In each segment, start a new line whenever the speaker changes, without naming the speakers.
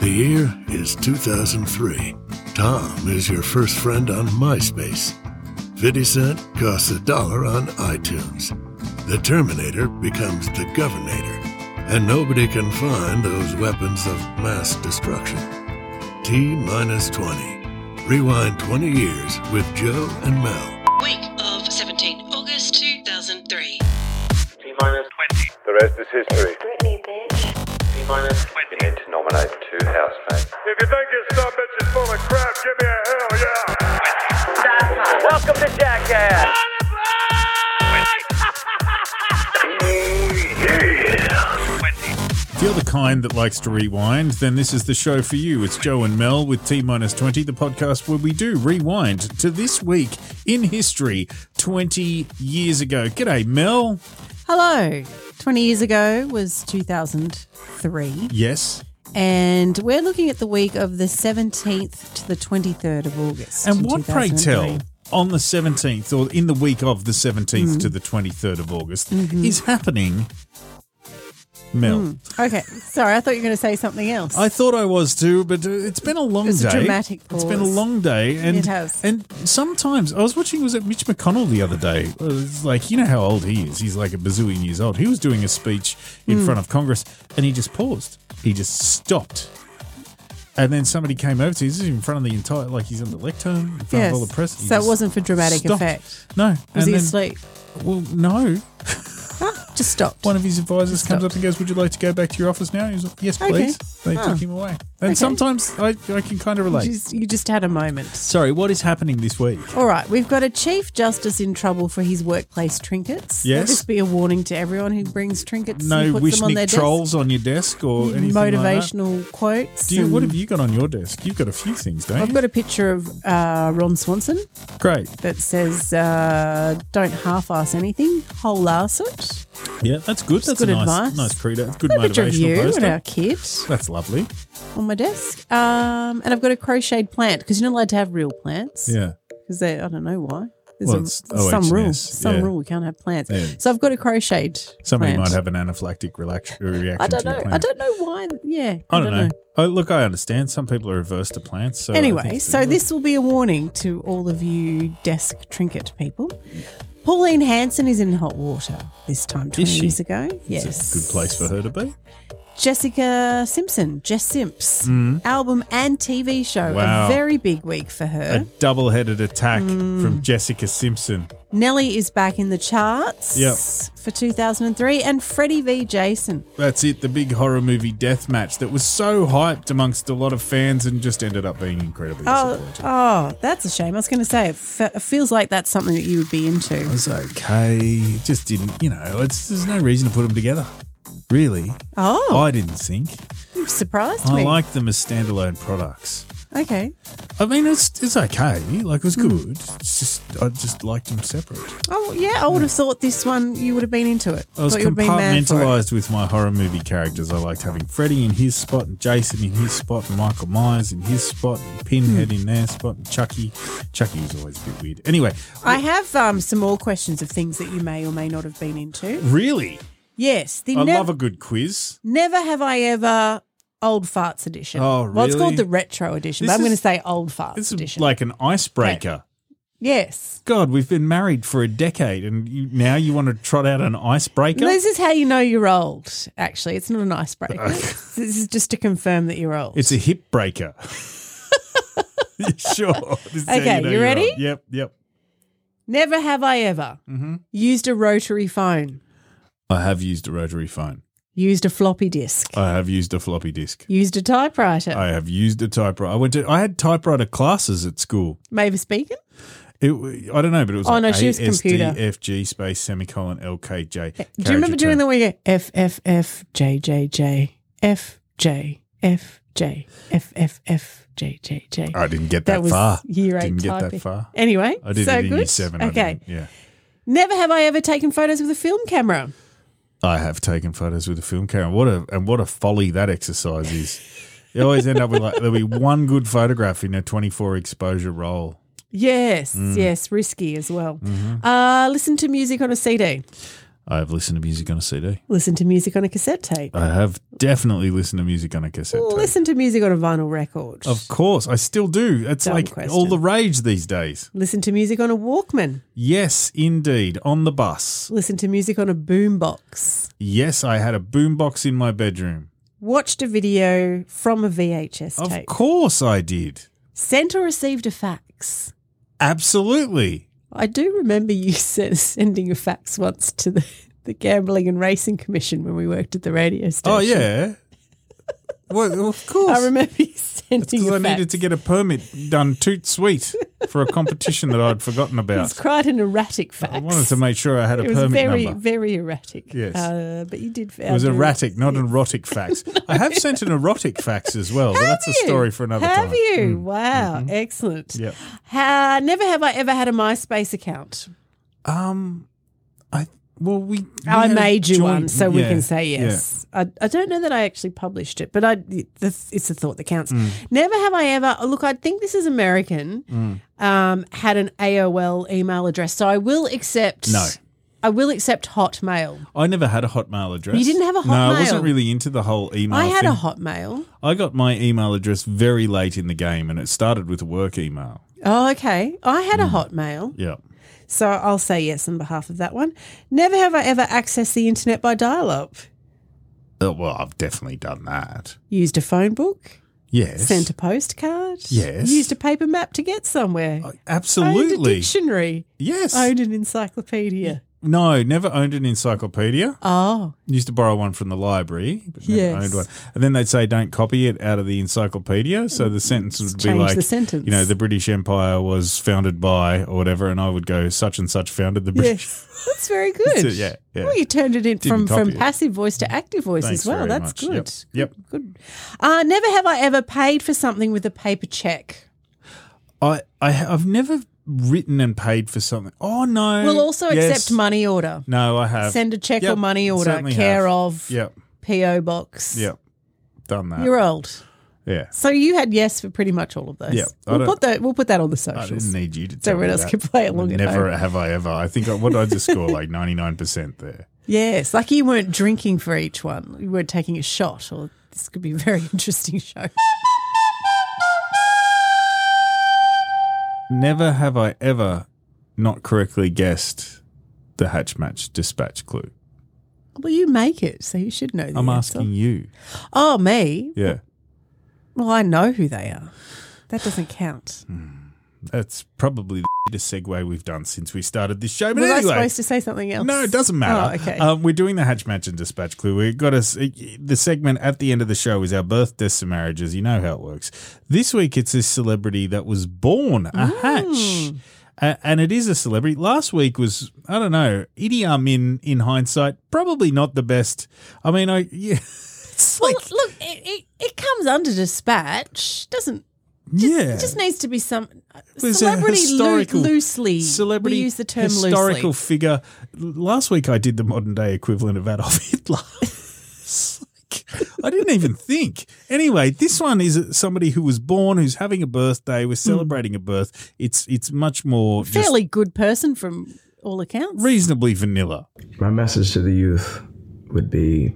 The year is 2003. Tom is your first friend on MySpace. 50 Cent costs a dollar on iTunes. The Terminator becomes the Governator, and nobody can find those weapons of mass destruction. T minus 20. Rewind 20 years with Joe and Mel.
Week of 17 August 2003.
T minus 20.
The rest is history.
Britney, bitch.
T minus 20.
You need to nominate two housemates.
If you think your son bitch is full of crap, give me a hell yeah.
Welcome to Jackass.
If you're the kind that likes to rewind, then this is the show for you. It's Joe and Mel with T minus 20, the podcast where we do rewind to this week in history 20 years ago. G'day, Mel.
Hello. 20 years ago was 2003.
Yes.
And we're looking at the week of the 17th to the 23rd of August.
And
in
what, pray tell,
2003.
on the 17th or in the week of the 17th to the 23rd of August is happening, Mel?
Okay. Sorry, I thought you were going to say something else.
I thought I was too, but uh, it's been a long
It's
day.
a dramatic
It's been a
pause.
long day, and
It has.
And sometimes I was watching was it Mitch McConnell the other day? Uh, It's like you know how old he is. He's like a bazillion years old. He was doing a speech
Hmm.
in front of Congress, and he just paused. He just stopped. And then somebody came over to him. This is in front of the entire, like he's on the lectern, in front
Yes.
of all the press. He
So it
just
wasn't for dramatic
stopped.
effect.
No.
was
and
he
then-
asleep?
Well, no.
Just stopped.
One of his advisors comes
stopped.
up and goes, "Would you like to go back to your office now?" He's like, "Yes,
Okay.
please." They
Oh.
took him away. And
Okay.
sometimes I, I can kind of
You
relate.
just, you just had a moment.
Sorry, what is happening this week?
All right, we've got a chief justice in trouble for his workplace trinkets. Let
Yes.
this be a warning to everyone who brings trinkets.
No
and puts
wish
them on their
nick
desk.
trolls on your desk or anything Like
motivational quotes.
that? Do you, what
and-
have you got on your desk? You've got a few things, don't
I've
you?
got a picture of uh, Ron Swanson
Great.
that says, uh, "Don't half-ass anything, whole-ass it."
Yeah, that's good. That's
good
a nice,
advice.
nice credo. That's good
Got A picture of you
motivational
and our
poster.
kid
That's lovely.
on my desk, um, and I've got a crocheted plant because you're not allowed to have real plants.
Yeah.
because they I don't know why. There's
Well,
a-
it's
some
OHS,
rule, some
yeah.
rule we can't have plants.
Yeah.
So I've got a crocheted.
Somebody
plant.
might have an anaphylactic relax- uh, reaction
I don't
to your
know.
plant.
I don't know why. Yeah,
I don't know. Oh, look, I understand. Some people are averse to plants. So I
Anyway,
think-
so this will be a warning to all of you desk trinket people. Pauline Hanson is in hot water this time 20
she?
years ago. Yes.
It's a good place for her to be.
Jessica Simpson, Jess Simps, album and TV show.
Mm. Wow.
A very big week for her.
A double headed attack
Hmm.
from Jessica Simpson.
Nelly is back in the charts
Yep.
for 2003 and Freddie v. Jason.
That's it, the big horror movie death match that was so hyped amongst a lot of fans and just ended up being incredibly
Oh,
disappointing.
oh, that's a shame. I was going to say, it, fe- it feels like that's something that you would be
It
into.
was okay. It just didn't, you know, it's, there's no reason to put them together. Really?
Oh,
I didn't think.
you've surprised
I
me.
like them as standalone products.
okay.
I mean, it's it's okay.
Hmm.
Like it was good. It's just I just liked them separate.
Oh yeah, I would have thought this one you would have been into it.
I was
Thought you would have been mad for it.
compartmentalized with my horror movie characters. I liked having Freddy in his spot, and Jason in his spot, and Michael Myers in his spot, and
Hmm.
Pinhead in their spot, and Chucky. Chucky was always a bit weird. Anyway,
I have um, some more questions of things that you may or may not have been into.
really,
Yes, the
I
nev-
love a good quiz.
never have I ever old farts edition.
Oh,
Well, it's
really?
called the retro edition,
This
but I'm
is-
going to say old farts
This is
edition.
like an icebreaker.
yes,
God, we've been married for a decade, and you, now you want to trot out an icebreaker?
this is how you know you're old. Actually, it's not an icebreaker. It's- this is just to confirm that you're old.
It's a hip breaker. sure. This is how
Okay, you
you're
ready?
old. Yep, yep.
never have I ever
Mm-hmm.
used a rotary phone,
I have used a rotary phone.
used a floppy disk,
I have used a floppy disk.
used a typewriter.
I have used a typewriter. I went to. I had typewriter classes at school.
Mavis Beacon.
It, w- I don't know, but it was
Oh,
like
no, she was
A, S, D,
computer.
F, G, space semicolon L K J.
Do you remember during the week? F F F J J J F J F J F F F J J J.
I didn't get that,
was
far.
year eight
Didn't get
typing.
that far.
Anyway,
I did
so
it in
good.
year seven. I
Okay,
didn't- yeah.
never have I ever taken photos with a film camera.
I have taken photos with a film camera. What a and what a folly that exercise is. You always end up with like there'll be one good photograph in a twenty-four exposure roll.
Yes,
Mm.
yes, risky as well.
Mm-hmm.
Uh, listen to music on a CD.
I have listened to music on a CD.
Listen to music on a cassette tape.
I have definitely listen to music on a cassette tape.
Listen to music on a vinyl record.
Of course, I still do. It's
Dumb
like
question.
all the rage these days.
Listen to music on a Walkman.
Yes, indeed. On the bus.
Listen to music on a boombox.
Yes, I had a boombox in my bedroom.
Watched a video from a VHS
Of
tape.
course I did.
Sent or received a fax.
Absolutely.
I do remember you sen- sending a fax once to the, the Gambling and Racing Commission when we worked at the radio station.
Oh yeah. well, Oh, of course.
I remember you sending a
because I
fax.
needed to get a permit done toot sweet for a competition that I'd forgotten
It
about.
was quite an erratic fax.
I wanted to make sure I had a
it was
permit
very,
number.
very erratic.
Yes.
Uh, but you did.
It was erratic, not an erotic fax. I have sent an erotic fax as well, but that's a story for another
have
time. Mm. Mm-hmm.
you? Wow. Excellent.
Yep.
Ha, never have I ever had a MySpace account.
Um, I well we. we
I
had a
made you
joint-
one, so we
yeah,
can say
yeah.
yes. I, I don't know that I actually published it, but I this, it's a thought that counts. Never have I ever look. I think this is American. Um, had an AOL email address, so I will accept.
No.
I will accept Hotmail.
I never had a Hotmail address.
You didn't have a
No, I
Hotmail?
wasn't really into the whole email.
I had
thing.
a Hotmail.
I got my email address very late in the game, and it started with a work email.
Oh, okay. I had
Mm.
a Hotmail.
Yeah.
So I'll say yes on behalf of that one. Never have I ever accessed the internet by dial up.
Oh, well, I've definitely done that.
Used a phone book,
Yes.
sent a postcard.
Yes.
Used a paper map to get somewhere.
I-
Owned a
Absolutely.
dictionary.
Yes.
Owned an encyclopedia.
no, never owned an encyclopedia.
Oh,
Used to borrow one from the library, but never
Yes.
owned one. And then they'd say, "Don't copy it out of the encyclopedia." So the sentence would be
change
like,
the sentence.
"You know, the British Empire was founded by or whatever," and I would go, "Such and such founded the British."
yes. That's very good.
it, yeah, yeah.
Well, you turned it in from,
Didn't
from
copy it.
passive voice to active voice
Thanks
as well.
very
That's
much. Yep.
good.
Yep.
Good. Uh, never have I ever paid for something with a paper check.
I, I I've never written and paid for something. Oh no.
We'll also
Yes.
accept money order.
No, I have.
Send a check or
Yep,
money order,
certainly
care
have.
of,
Yep.
PO box.
Yep. Uh, Done that.
You're old.
yeah.
So you had yes for pretty much all of those.
Yeah, I
We'll
don't-
put that we'll put that on the
I
socials.
didn't need you to
So
tell
everyone
me
else
that.
can play along at
Never
home.
have I ever. I think I, what I just score like ninety nine percent there.
Yes. Like you weren't drinking for each one. You weren't taking a shot or this could be a very interesting show.
Never have I ever not correctly guessed the hatch match dispatch clue.
Well you make it, so you should know the
I'm
answer.
asking you.
Oh me.
Yeah.
Well I know who they are. That doesn't count.
That's probably the segue we've done since we started this show. But
Was
anyway.
I supposed to say something else?
No, it doesn't matter.
Oh, okay.
Um, we're doing the Hatch Match and Dispatch Clue. We've got us the segment at the end of the show is our birth, deaths, and marriages. You know how it works. This week it's a celebrity that was born a
Mm.
hatch. A- and it is a celebrity. Last week was, I don't know, Idi Amin in hindsight, probably not the best. I mean, I, yeah. It's
well,
like,
look, it, it, it comes under dispatch, doesn't
yeah.
It just needs to be some
was a
celebrity loo-
historical-
loosely.
celebrity
we use the term
historical
loosely.
figure. L- Last week I did the modern day equivalent of Adolf Hitler. It's like, I didn't even think. Anyway, this one is somebody who was born, who's having a birthday, we're celebrating a birth. It's it's much more just
Hmm. fairly good person from all accounts.
reasonably vanilla.
My message to the youth would be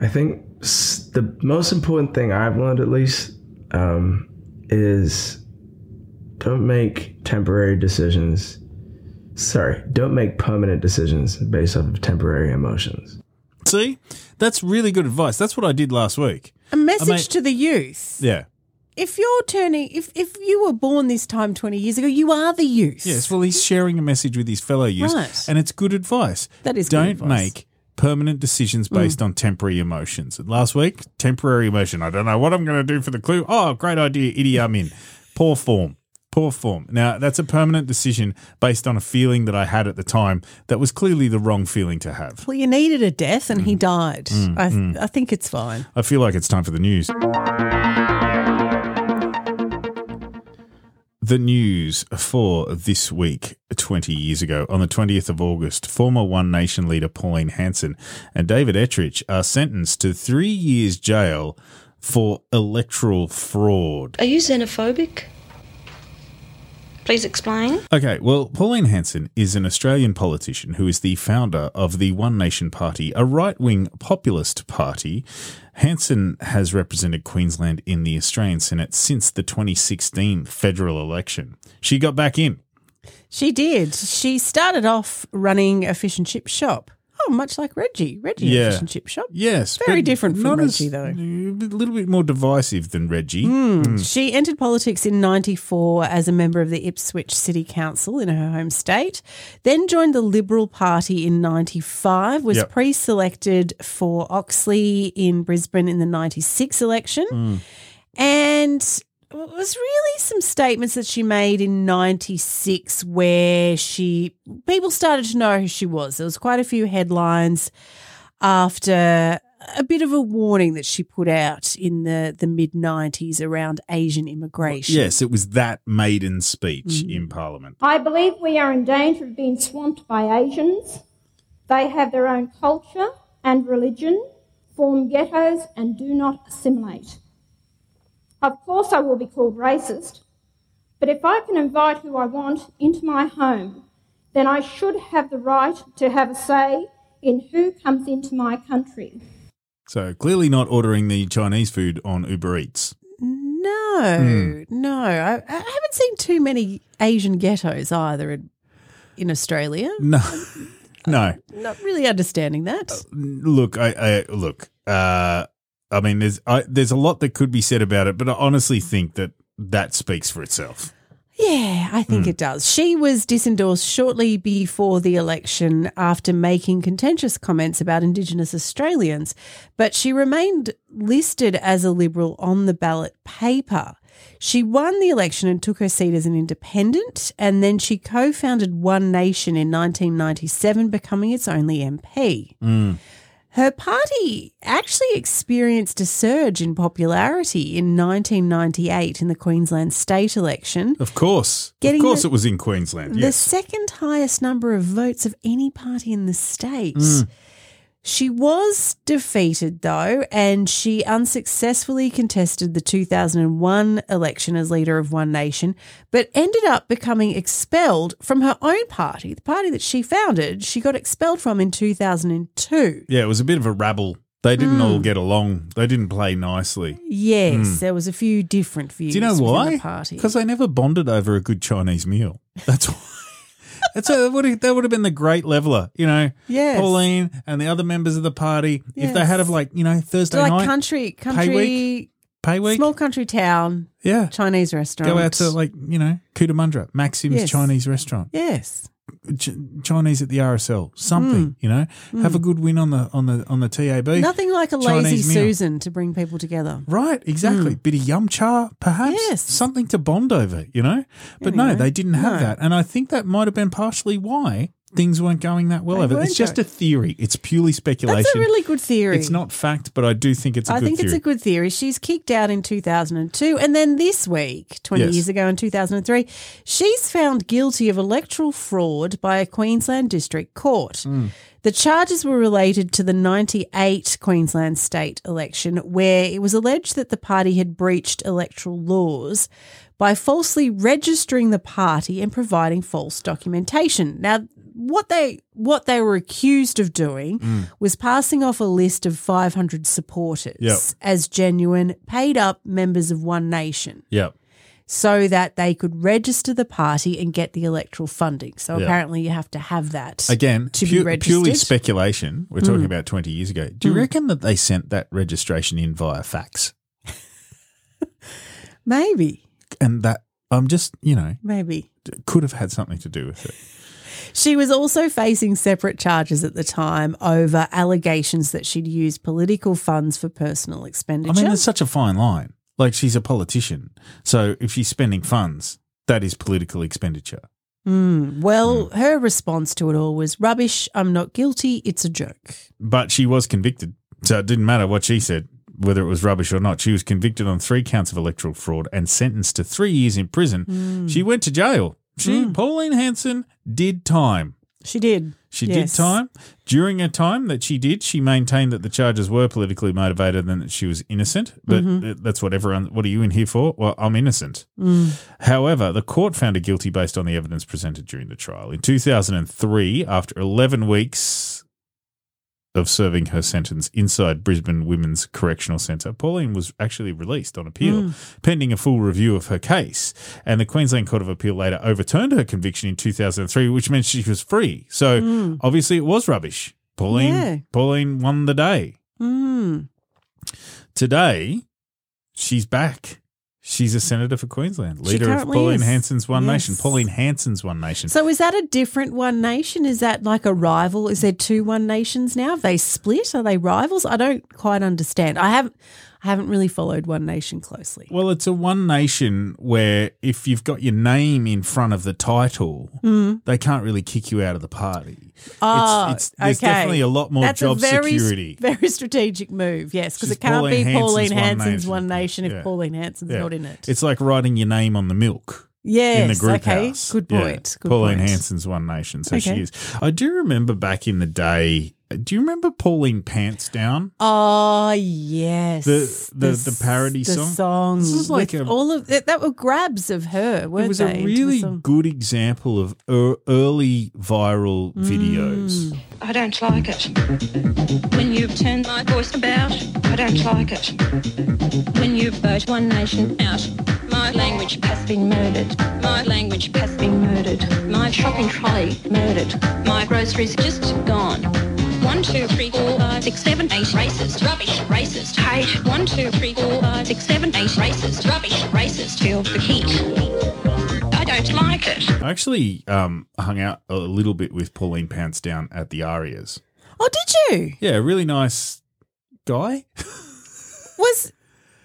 I think s- the most important thing I've learned, at least, um, is don't make temporary decisions. Sorry, don't make permanent decisions based off of temporary emotions.
See? That's really good advice. That's what I did last week.
a message
I mean-
to the youth:
Yeah.
If you're turning, if if you were born this time twenty years ago, you are the youth.
Yes, well, he's sharing a message with his fellow youth,
Right.
and it's good advice.
That is good
Don't
advice. Mm.
make permanent decisions based on temporary emotions. Last week, temporary emotion. I don't know what I'm going to do for the clue. Oh, great idea, Idi Amin. Poor form. Poor form. Now, that's a permanent decision based on a feeling that I had at the time that was clearly the wrong feeling to have.
Well, you needed a death, and he
Mm.
died. I I think it's fine.
I feel like it's time for the news. The news for this week, 20 years ago, on the 20th of August, former One Nation leader Pauline Hanson and David Ettrich are sentenced to three years jail for electoral fraud.
Are you xenophobic? Please explain.
Okay, well, Pauline Hanson is an Australian politician who is the founder of the One Nation Party, a right wing populist party. Hanson has represented Queensland in the Australian Senate since the 2016 federal election. She got back in.
She did. She started off running a fish and chip shop. Oh, much like Reggie. Reggie had
Yeah.
a fish and chip shop.
Yes.
Very
but
different from
not as-
Reggie, though. Hmm.
A little bit more divisive than Reggie.
She entered politics in 94 as a member of the Ipswich City Council in her home state, then joined the Liberal Party in 95, was
Yep.
pre selected for Oxley in Brisbane in the 96 election, and it was really some statements that she made in 96 where she people started to know who she was. There was quite a few headlines after a bit of a warning that she put out in the, the mid 90s around Asian immigration.
Yes, it was that maiden speech
Mm-hmm.
in Parliament.
I believe we are in danger of being swamped by Asians. They have their own culture and religion, form ghettos, and do not assimilate. Of course, I will be called racist, but if I can invite who I want into my home, then I should have the right to have a say in who comes into my country.
So clearly not ordering the Chinese food on Uber Eats.
No, no. I, I haven't seen too many Asian ghettos either in, in Australia.
No. no.
Not really understanding that.
look, I, I look. Uh, I mean, there's I, there's a lot that could be said about it, but I honestly think that that speaks for itself.
Yeah, I think it does. She was disendorsed shortly before the election after making contentious comments about Indigenous Australians, but she remained listed as a Liberal on the ballot paper. She won the election and took her seat as an independent, and then she co founded One Nation in 1997, becoming its only MP. Her party actually experienced a surge in popularity in 1998 in the Queensland state election.
Of course,
Getting
of course,
the-
it was in Queensland.
The
Yes,
second highest number of votes of any party in the states.
Mm.
She was defeated, though, and she unsuccessfully contested the 2001 election as leader of One Nation, but ended up becoming expelled from her own party, the party that she founded. She got expelled from in 2002.
yeah, it was a bit of a rabble. They didn't
Mm.
all get along. They didn't play nicely.
Yes, there was a few different views.
Hmm. Do you know
within
why?
The party.
Because they never bonded over a good Chinese meal. That's why. That's a, that, would have, that would have been the great leveler, you know.
Yes.
Pauline and the other members of the party, if they had
Yes.
of like you know Thursday
like
night
country,
pay
country,
week, pay week,
small country town,
yeah,
Chinese restaurant.
Go out to like you know Cootamundra, Maxim's
Yes.
Chinese restaurant,
yes,
Ch- Chinese at the RSL, something you know. Have a good win on the on the on the TAB.
Mm. nothing like a lazy
Chinese meal.
Susan to bring people together.
Right, exactly. Bit of yum cha, perhaps.
Yes.
Something to bond over, you know? But no, they didn't have that. And I think that might have been partially why things weren't going that well
They
over.
weren't
It's just a
going-
theory. It's purely speculation.
That's a really good theory.
It's not fact, but I do think it's a
I
good
think
theory.
it's a good theory. She's kicked out in 2002. And then this week, 20
Yes.
years ago in 2003, she's found guilty of electoral fraud by a Queensland district court. The charges were related to the 98 Queensland state election, where it was alleged that the party had breached electoral laws by falsely registering the party and providing false documentation. Now, what they what they were accused of doing
Mm.
was passing off a list of 500 supporters
Yep.
as genuine paid up members of One Nation
yeah.
so that they could register the party and get the electoral funding. So
Yeah.
apparently you have to have that.
Again,
to be
pu- purely
registered. Hmm.
speculation. We're talking about 20 years ago. Do you reckon that they sent that registration in via fax?
Maybe.
And that, I'm just, you know,
Maybe.
could have had something to do with it.
She was also facing separate charges at the time over allegations that she'd used political funds for personal
I
expenditure.
mean, it's such a fine line. Like, she's a politician. So if she's spending funds, that is political expenditure.
Mm. Well,
Hmm.
her response to it all was rubbish. I'm not guilty. It's a joke.
But she was convicted. So it didn't matter what she said, whether it was rubbish or not. She was convicted on three counts of electoral fraud and sentenced to three years in
Hmm.
prison. She went to jail. She, Pauline Hanson, did time.
She did.
She
Yes.
did time. During her time that she did, she maintained that the charges were politically motivated and that she was innocent. But th- that's what everyone, what are you in here for? Well, I'm innocent. However, the court found her guilty based on the evidence presented during the trial. In 2003, after 11 weeks of serving her sentence inside Brisbane Women's Correctional Centre, Pauline was actually released on appeal, pending a full review of her case. And the Queensland Court of Appeal later overturned her conviction in 2003, which meant she was free. So obviously, it was rubbish. Pauline,
Hmm. Yeah.
Pauline won the day
Mm.
today she's back. She's a senator for Queensland,
She
leader of
currently
Pauline
is.
Hanson's One Nation.
Yes.
Pauline Hanson's One Nation.
So is that a different One Nation? Is that like a rival? Is there two One Nations now? Have they split? Are they rivals? I don't quite understand. I have, I haven't really followed One Nation closely.
well, it's a One Nation where if you've got your name in front of the title,
Hmm.
they can't really kick you out of the party.
Oh,
it's, there's
okay.
definitely a lot more
That's
job
a very,
security.
Very strategic move, yes, because
She's
it can't
Pauline
be Pauline
Hanson's
Hanson's One
One Nation.
Nation if
Yeah.
Pauline Hanson's
Yeah.
not in it.
It's like writing your name on the milk.
yes,
in the group
okay.
house.
Good
Yeah.
point. Good
Pauline
point.
Hanson's One Nation, so
Okay.
she is. I do remember back in the day. Do you remember Pauline Pants Down?
Oh yes,
The- the- the parody
the
song?
song
This is like
with
a-
all of that, that were grabs of her, weren't
it was
they?
a
into the
really
song?
good example of er- early viral
Mm.
videos.
I don't like it. When you've turned my voice about, I don't like it. When you vote One Nation out, my language has been murdered. My language has been murdered. My shopping trolley murdered. My groceries just gone. One, two, three, four, five, six, seven, eight. Racist, rubbish, racist, hate. One, two, three, four, five, six, seven, eight. Racist, rubbish, racist. Feel the heat. I don't like it.
I actually um, hung out a little bit with Pauline Pounce down at the Arias.
Oh, did you?
Yeah, really nice guy.
Was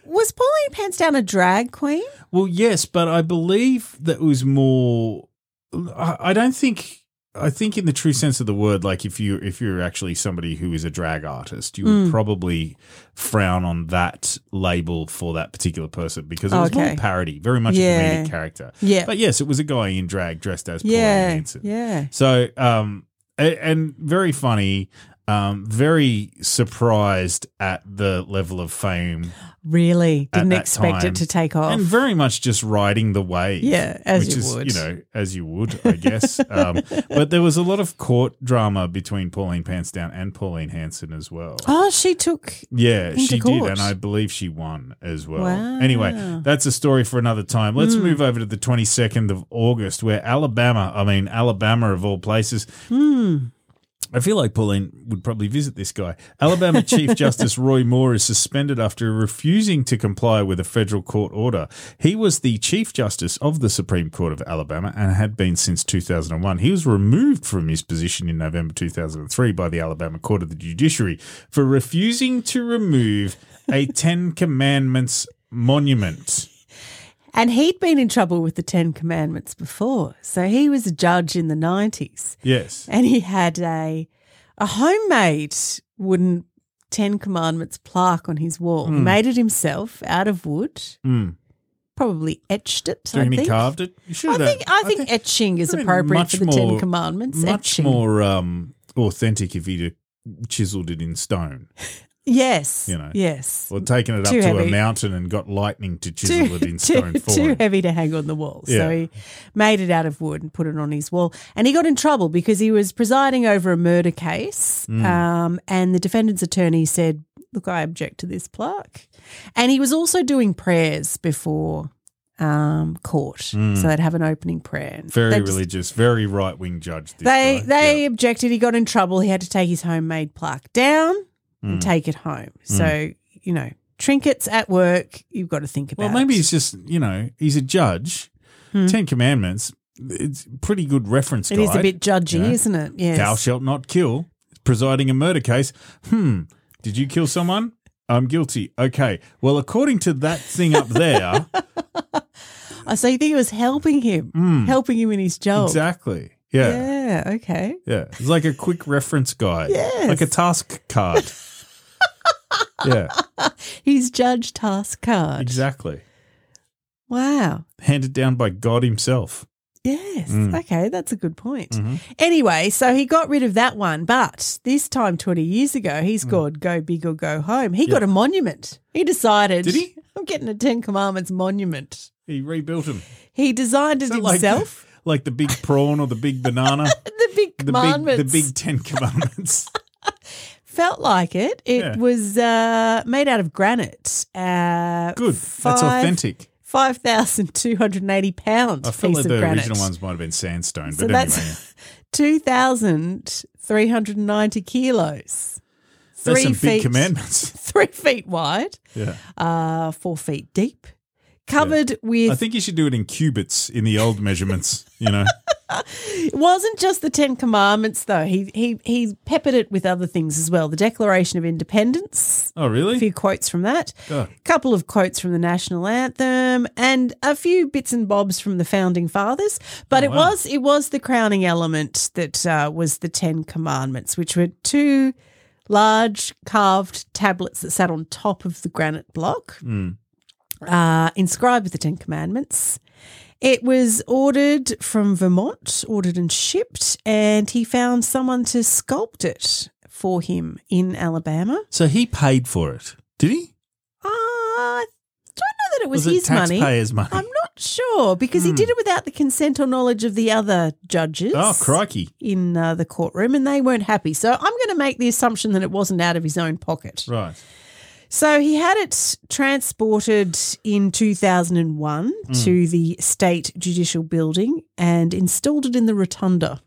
was Pauline Pantsdown a drag queen?
Well, yes, but I believe that was more. I, I don't think. I think, in the true sense of the word, like if you if you're actually somebody who is a drag artist, you
Hmm.
would probably frown on that label for that particular person because it was more
Okay.
parody, very much a
Yeah.
comedic character.
Yeah.
but yes, it was a guy in drag dressed as Pauline
Yeah,
Hanson.
yeah.
So, um, a- and very funny. Um, very surprised at the level of fame
Really,
at
didn't
that
expect
time.
it to take off.
and very much just riding the wave.
Yeah, as
which
you
is,
would.
You know, as you would, I guess. um, but there was a lot of court drama between Pauline Pantsdown and Pauline Hanson as well.
oh, she took.
Yeah,
Into
she did,
court.
and I believe she won as well.
Wow. Hmm.
Anyway, that's a story for another time. Let's move over to the 22nd of August, where Alabama, I mean, Alabama of all places, I feel like Pauline would probably visit this guy. Alabama Chief Justice Roy Moore is suspended after refusing to comply with a federal court order. He was the Chief Justice of the Supreme Court of Alabama and had been since 2001. He was removed from his position in November 2003 by the Alabama Court of the Judiciary for refusing to remove a Ten Commandments monument.
And he'd been in trouble with the Ten Commandments before, so he was a judge in the nineties.
Yes.
and he had a a homemade wooden Ten Commandments plaque on his wall.
Hmm.
He made it himself out of wood.
Mm.
Probably etched it.
Do
I
you reckon he
think.
carved it? You should
I
have.
think I think etching is
I mean,
appropriate for
much
the
more-
Ten Commandments.
much
etching.
more um, authentic if he'd have chiseled it in stone
Yes.
you know.
Yes.
or taken it up
Too
to a
heavy.
mountain and got lightning to chisel
too,
it in stone
too,
for
too
him.
heavy to hang on the wall.
Yeah.
So he made it out of wood and put it on his wall. And he got in trouble because he was presiding over a murder case.
Mm.
Um, and the defendant's attorney said, Look, I object to this plaque. And he was also doing prayers before um, court. So they'd have an opening prayer. And
Mm. Very
they just-
religious, very right wing judge. This
They,
guy.
they
Yeah.
objected. He got in trouble. He had to take his homemade plaque down
Mm.
and take it home. So, you know, trinkets at work, you've got to think about
Well, maybe
it.
he's just you know he's a judge. Ten Commandments. It's pretty good reference.
Hmm. It is a
guide.
bit judgy,
Yeah.
isn't it? Yes.
Thou shalt not kill. Presiding a murder case. Hmm. Did you kill someone? I'm guilty. Okay. Well, according to that thing up there,
Oh, so you think it was helping him, helping him in his job?
hmm, exactly. Mm. Yeah. yeah.
Yeah. Okay.
It's like a quick reference guide.
Yes.
Like a task card. yeah.
His judge task card.
Exactly.
Wow.
handed down by God Himself.
Yes.
Mm.
Okay, that's a good point.
Mm-hmm.
Anyway, so he got rid of that one, but this time 20 years ago, he
Mm.
scored Go Big or Go Home. He got a monument. He decided,
Did he?
I'm getting a Ten Commandments monument.
He rebuilt him.
He designed it
Is that like the-
himself.
Like, the big prawn or the big banana.
the big
the big
commandments
the big ten commandments.
felt like it. It
Yeah.
was uh, made out of granite. Uh,
Good. That's
five-
authentic.
Five thousand two hundred and eighty pounds
I feel
piece
like
of
the
granite.
original ones might have been sandstone,
so
but
that's
anyway.
two thousand three hundred and ninety kilos.
That's
Three
some big
feet,
commandments.
three feet wide,
Yeah.
uh, four feet deep, covered
I
with.
think you should do it in cubits in the old measurements, you know.
It wasn't just the Ten Commandments though. He he he peppered it with other things as well. The Declaration of Independence,
Oh, really?
a few quotes from that,
God.
a couple of quotes from the national anthem, and a few bits and bobs from the founding fathers. But
Oh,
it
wow.
was it was the crowning element that uh, was the Ten Commandments, which were two large carved tablets that sat on top of the granite block,
Hmm.
uh, inscribed with the Ten Commandments. It was ordered from Vermont, ordered and shipped, and he found someone to sculpt it for him in Alabama.
So he paid for it, did he?
Uh, I don't know that it was,
Was it
his money.
taxpayers' money?
I'm not sure because he did it without the consent or knowledge of the other judges.
Oh, crikey!
In uh, the courtroom, and they weren't happy. So I'm going to make the assumption that it wasn't out of his own pocket.
Right.
So he had it transported in 2001
Hmm.
to the state judicial building and installed it in the rotunda.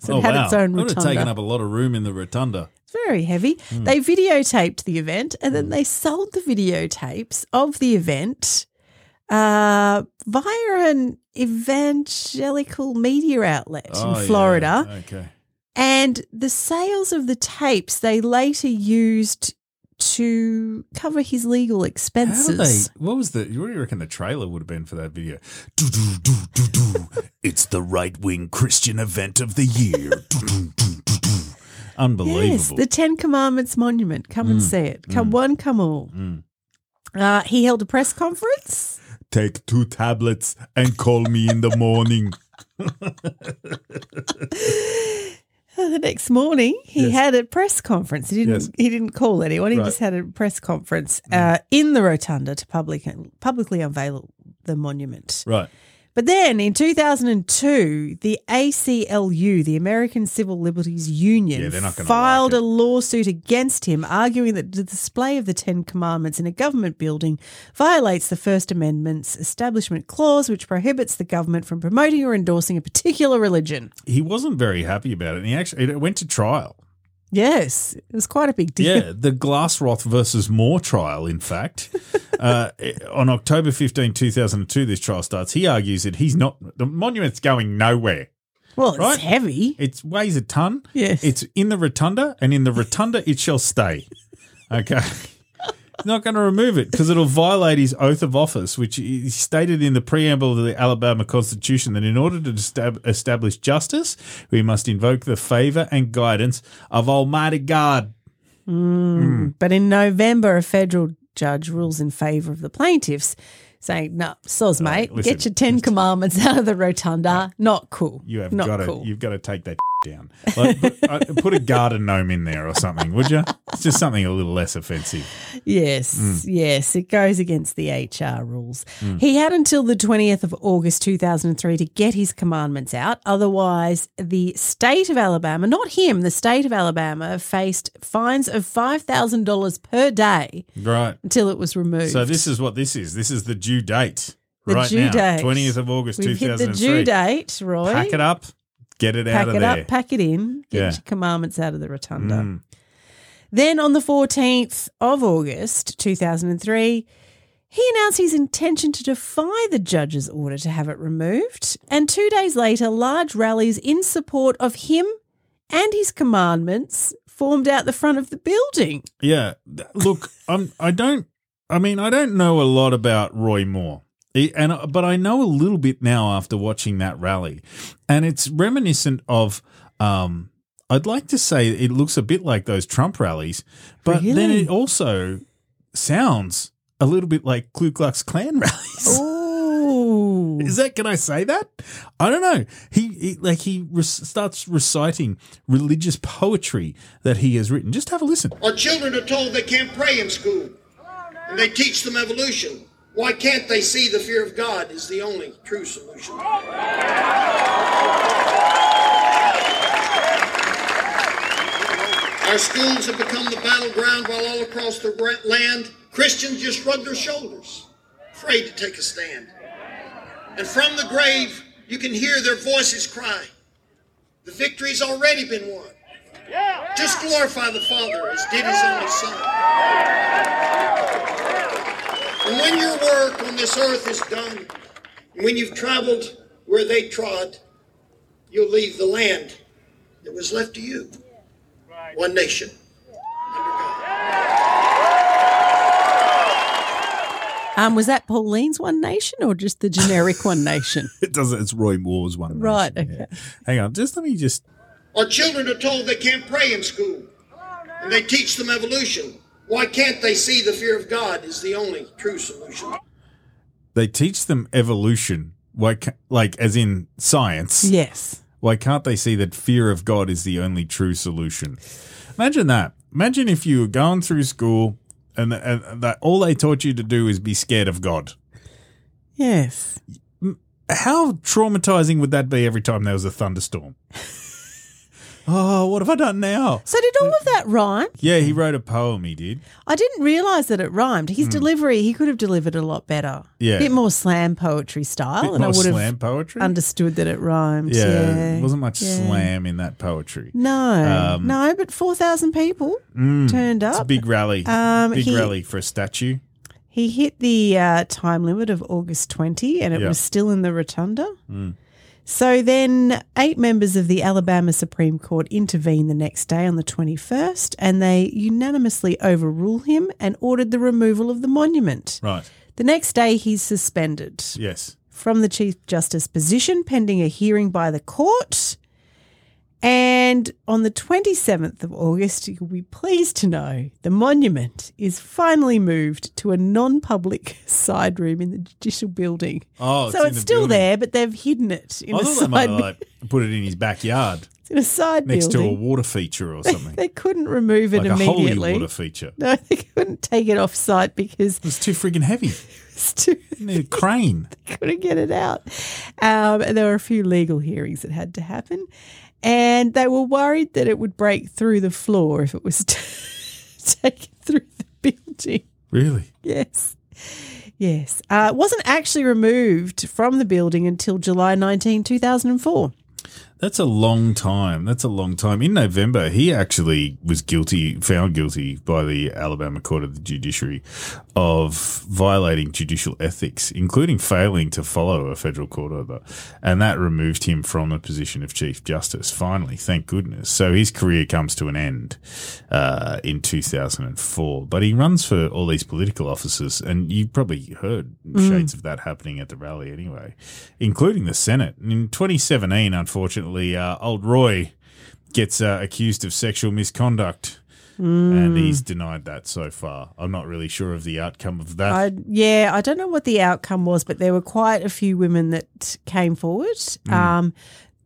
So
oh
it had
wow!
its own
Would
rotunda.
have taken up a lot of room in the rotunda.
It's very heavy.
Hmm.
They videotaped the event and then they sold the videotapes of the event uh, via an evangelical media outlet
Oh,
in
yeah.
Florida.
Okay.
And the sales of the tapes they later used to cover his legal
How did they?
expenses.
What was the? What do you reckon the trailer would have been for that video? Do do do do do. It's the right wing Christian event of the year. Do, do, do, do, do.
Yes,
Unbelievable.
the Ten Commandments Monument. Come
Hmm.
and see it. Come one, come all. Uh, he held a press conference.
Take two tablets and call me in the morning.
the next morning he
Yes.
had a press conference. He didn't
Yes.
he didn't call anyone. He
Right. Mm.
just had a press conference uh, in the rotunda to public publicly unveil the monument.
Right.
But then in 2002, the ACLU, the American Civil Liberties
Yeah,
Union,
they're not gonna
filed
like
a
it.
lawsuit against him, arguing that the display of the Ten Commandments in a government building violates the First Amendment's Establishment Clause, which prohibits the government from promoting or endorsing a particular religion.
He wasn't very happy about it. And he actually it went to trial.
Yes, it was quite a big deal.
Yeah, the Glassroth versus Moore trial, in fact. uh, on October 15, 2002, this trial starts. He argues that he's not, the monument's going nowhere.
Well, it's
Right?
heavy.
It weighs a ton.
Yes.
It's in the rotunda, and in the rotunda, it shall stay. Okay. He's not going to remove it because it'll violate his oath of office, which is stated in the preamble of the Alabama Constitution that in order to estab- establish justice, we must invoke the favor and guidance of Almighty God. Hmm.
But in November, a federal judge rules in favour of the plaintiffs, saying, "No, soz mate,
Uh, listen,
get your Ten Commandments out of the rotunda. Not cool.
You have
not
got to
cool."
you've got to take that down. Like, put, uh, put a garden gnome in there or something, would you? It's just something a little less offensive.
Yes,
Hmm.
yes, it goes against the HR rules. He had until the 20th of August 2003 to get his commandments out. Otherwise, the state of Alabama, not him, the state of Alabama faced fines of $5,000 per day
Right.
until it was removed.
So this is what this is. This is the due date.
The
right
due
now,
date.
20th of August,
We've hit the
2003.
due date, Roy.
Pack it up, get it
Pack
out of
it
there.
up, pack it in, get
Yeah. Mm.
your commandments out of the rotunda. Then on the 14th of August 2003, he announced his intention to defy the judge's order to have it removed. And two days later, large rallies in support of him and his commandments formed out the front of the building.
Yeah. Th- Look, I'm. I don't. I mean, I don't know a lot about Roy Moore, He- and uh, but I know a little bit now after watching that rally, and it's reminiscent of. Um, I'd like to say it looks a bit like those Trump rallies, but then
Really?
it
Oh.
also sounds a little bit like Ku Klux Klan rallies.
Ooh.
Is that? Can I say that? I don't know. He, he like he re- starts reciting religious poetry that he has written. Just have a listen.
Our children are told they can't pray in school. And they teach them evolution. Why can't they see the fear of God is the only true solution? Our schools have become the battleground while all across the ra- land, Christians just shrug their shoulders, afraid to take a stand. And from the grave, you can hear their voices cry. The victory's already been won. Just glorify the Father as did his only Son. And when your work on this earth is done, and when you've traveled where they trod, you'll leave the land that was left to you. One nation.
Um, was that Pauline's One Nation or just the generic One Nation?
It does. It's Roy Moore's one.
Right,
okay. Hang on. Just let me just.
Our children are told they can't pray in school, and they teach them evolution. Why can't they see the fear of God is the only true solution?
They teach them evolution. Why, ca- like, as in science?
Yes.
Why can't they see that fear of God is the only true solution? Imagine that. Imagine if you were going through school and, and that all they taught you to do is be scared of God.
Yes.
How traumatizing would that be every time there was a thunderstorm? oh, what have I done now?
So did all of that rhyme?
Yeah, he wrote a poem, he did.
I didn't realise that it rhymed. His delivery, he could have delivered a lot better.
Hmm. Yeah.
A bit more slam poetry style.
Bit
Oh, and I
more
would
slam
have
poetry?
understood that it rhymed.
Yeah,
Yeah.
there wasn't much
Yeah.
slam in that poetry.
No.
Um,
no, but 4,000 people
Mm.
turned up.
It's a big rally.
Um,
big
he-
rally for a statue.
He hit the uh, time limit of August 20 and it
Yeah.
was still in the rotunda.
Mm.
So then, eight members of the Alabama Supreme Court intervened the next day on the 21st and they unanimously overruled him and ordered the removal of the monument.
Right.
The next day, he's suspended
Yes.
from the Chief Justice position pending a hearing by the court. And on the 27th of August, you'll be pleased to know the monument is finally moved to a non public side room in the judicial building.
Oh,
so
in
it's
the
still
building.
there, but they've hidden it in,
I
a
thought they might
side,
have, like put it in his backyard
it's in a side
next to a
building.
water feature or something.
they couldn't remove it
like a holy
immediately.
water feature.
no, they couldn't take it off site because
It's too freaking heavy.
it's too
Need a crane.
couldn't get it out. Um, and there were a few legal hearings that had to happen, and they were worried that it would break through the floor if it was taken through the building.
Really?
Yes. Yes. Uh, it wasn't actually removed from the building until July 19, 2004.
That's a long time. That's a long time. In November, he actually was guilty, found guilty by the Alabama Court of the Judiciary of violating judicial ethics, including failing to follow a federal court order. And that removed him from the position of Chief Justice, finally, thank goodness. So his career comes to an end uh, in 2004. But he runs for all these political offices, and you probably heard shades of that happening at the rally anyway, including the Senate. And In 2017, unfortunately, uh, old Roy gets uh, accused of sexual misconduct. And he's denied that so far. I'm not really sure of the outcome of that.
I, yeah, I don't know what the outcome was, but there were quite a few women that came forward.
Mm.
Um,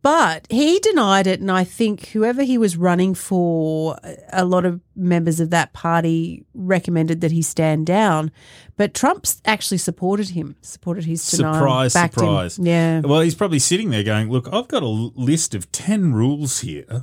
but he denied it, and I think whoever he was running for, a lot of members of that party recommended that he stand down. But Trump's actually supported him, supported his denial.
surprise,
backed him.
surprise.
Yeah.
Well, he's probably sitting there going, "Look, I've got a l- list of ten rules here,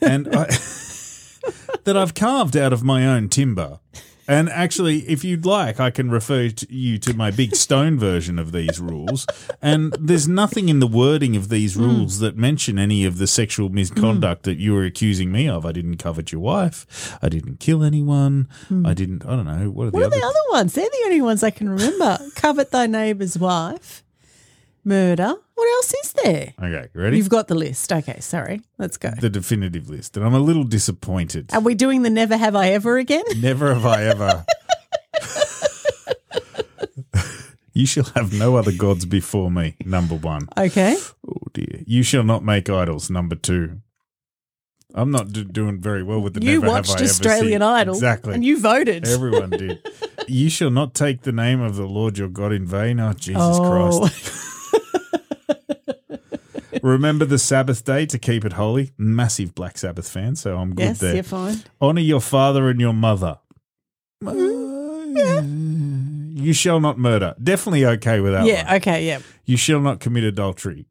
and I, that I've carved out of my own timber." And actually, if you'd like, I can refer to you to my big stone version of these rules. And there's nothing in the wording of
Hmm.
these rules that mention any of the sexual misconduct that you were accusing me of. I didn't covet your wife. I didn't kill anyone. I didn't. I don't know. What are
Hmm. What
the
are the
other?
other ones? They're the only ones I can remember. Covet thy neighbour's wife, murder. What else is there?
okay, you ready?
You've got the list. Okay, sorry. Let's go.
the definitive list, and I'm a little disappointed.
Are we doing the never have I ever again?
Never have I ever. you shall have no other gods before me, number one.
Okay.
Oh, dear. You shall not make idols, number two. I'm not do- doing very well with the
you
never have I
watched
ever
Australian
seen.
Idol.
Exactly.
And you voted.
Everyone did. you shall not take the name of the Lord your God in vain. Oh, ah, Jesus Christ.
oh.
Remember the Sabbath day to keep it holy. Massive Black Sabbath fan, so I'm good
Yes,
there.
you're fine.
Honor your father and your mother. Uh, You shall not murder. Definitely okay with that
yeah.
one.
Okay. Yeah.
You shall not commit adultery.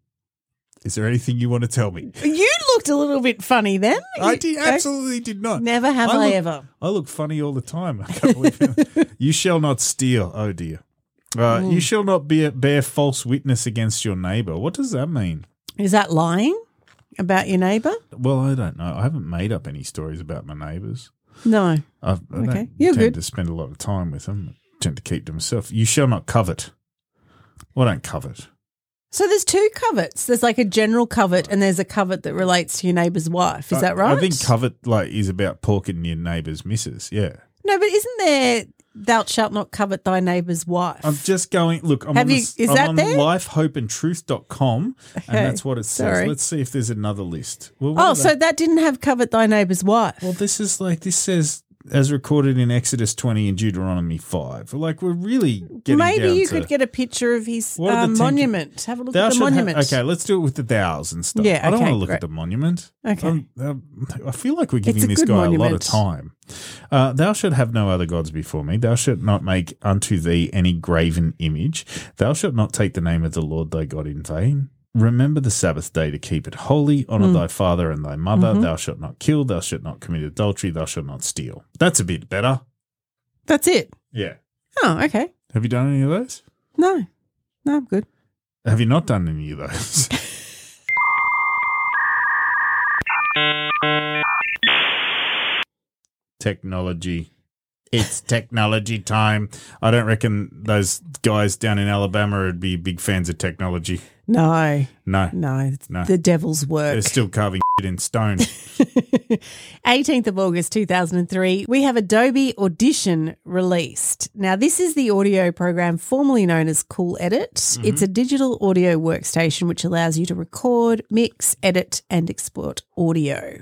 Is there anything you want to tell me?
You looked a little bit funny then.
I did, absolutely did not.
Never have I,
look-
ever.
I look funny all the time. I can't believe it. You shall not steal. Oh dear. Uh,
Mm.
you shall not be, bear false witness against your neighbor. What does that mean?
Is that lying about your neighbour?
Well, I don't know. I haven't made up any stories about my neighbors.
No.
I've, I
Okay.
don't
You're
tend
good.
to spend a lot of time with them. I tend to keep to myself. You shall not covet. Well, I don't covet.
So there's two covets. There's like a general covet, and there's a covet that relates to your neighbour's wife. Is
I-
that right?
I think covet like is about porking your neighbor's missus. Yeah.
no, but isn't there thou shalt not covet thy neighbour's wife?
I'm just going. Look, I'm
Have
on,
you-
this,
is
I'm
that
on
there?
lifehopeandtruth.com,
Okay,
and that's what it says.
sorry.
Let's see if there's another list. Well, what
oh,
are
so that didn't have covet thy neighbour's wife.
Well, this is like this says as recorded in Exodus 20 and Deuteronomy 5. Like we're really getting
Maybe
down
you
to-
could get a picture of his
What are the
um,
ten-
monument. Have a look
Thou
at the
shalt ha-
monument.
okay, let's do it with the thous and stuff.
Yeah,
I don't
okay,
want to look
great.
at the monument.
Okay.
I'm- um, I feel like we're
It's a
giving this
good
guy a lot of
monument.
time. Uh, thou shalt have no other gods before me. Thou shalt not make unto thee any graven image. Thou shalt not take the name of the Lord thy God in vain. Remember the Sabbath day to keep it holy. Honor
Mm.
thy father and thy mother.
Mhm.
Thou shalt not kill. Thou shalt not commit adultery. Thou shalt not steal. That's a bit better.
That's it.
Yeah.
Oh, okay.
Have you done any of those?
No, no, I'm good.
Have you not done any of those? technology. It's technology time. I don't reckon those guys down in Alabama would be big fans of technology.
No,
No.
no, it's
No.
the devil's
They're
work.
still carving shit in stone.
18th of August 2003, we have Adobe Audition released. Now, this is the audio program formerly known as Cool Edit.
Mm-hmm.
It's a digital audio workstation which allows you to record, mix, edit, and export audio.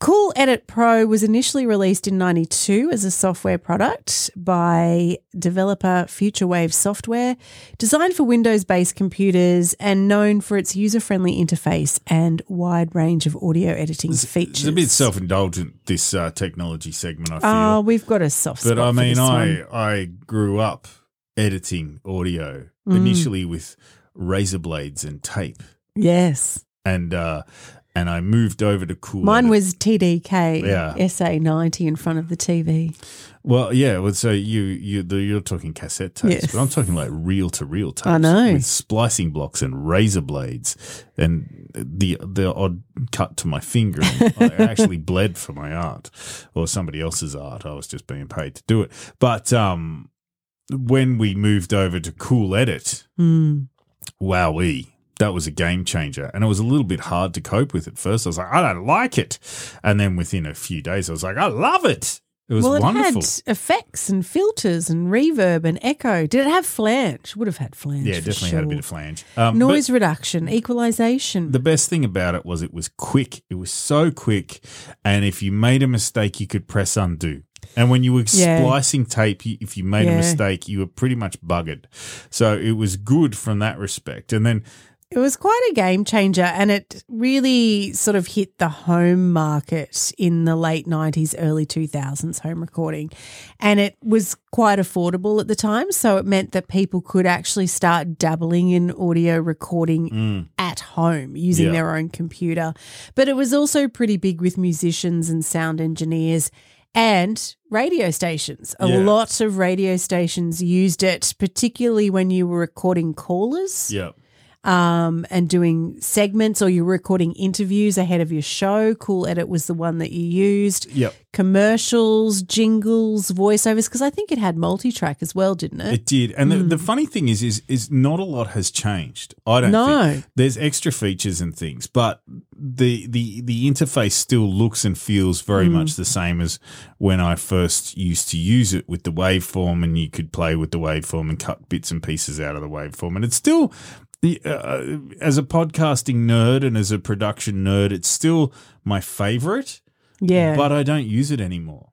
Cool Edit Pro was initially released in 92 as a software product by developer FutureWave Software, designed for Windows based computers and known for its user friendly interface and wide range of audio editing features.
It's a bit self indulgent, this uh, technology segment, I feel.
Oh, we've got a soft spot.
but I
for
mean,
this
I
one.
I grew up editing audio
Mm.
initially with razor blades and tape,
Yes.
and uh, and I moved over to cool.
Mine
Edit.
was TDK
Yeah.
SA90 in front of the TV.
well, yeah. Well, so you you the, you're talking cassette tapes,
Yes.
but I'm talking like reel to reel tapes.
I know.
with splicing blocks and razor blades, and the the odd cut to my finger. And I actually bled for my art or somebody else's art. I was just being paid to do it, but um. When we moved over to Cool Edit,
Mm.
wowee, that was a game changer. And it was a little bit hard to cope with at first. I was like, I don't like it. And then within a few days, I was like, I love it. It was
well, it
wonderful.
had effects and filters and reverb and echo. Did it have flange? Would have had flange.
yeah,
for
definitely had a bit
sure.
of flange. Um, but
Noise reduction, equalization.
the best thing about it was it was quick. It was so quick. And if you made a mistake, you could press undo. And when you were
Yeah.
splicing tape, you- if you made a
Yeah.
mistake, you were pretty much buggered. So it was good from that respect. And then
It was quite a game changer and it really sort of hit the home market in the late 90s, early 2000s home recording. And it was quite affordable at the time. So it meant that people could actually start dabbling in audio recording at home using
Mm. Yeah.
their own computer. But it was also pretty big with musicians and sound engineers. And radio stations. A
Yeah.
lot of radio stations used it, particularly when you were recording callers
yeah,
um, and doing segments or you're recording interviews ahead of your show. Cool Edit was the one that you used.
Yep.
Commercials, jingles, voiceovers, because I think it had multi track as well, didn't it?
It did, and the, the funny thing is, is is not a lot has changed. I don't
No.
think there's extra features and things, but the the the interface still looks and feels very much the same as when I first used to use it with the waveform, and you could play with the waveform and cut bits and pieces out of the waveform, and it's still. The, uh, as a podcasting nerd and as a production nerd, it's still my favorite,
yeah.
but I don't use it anymore.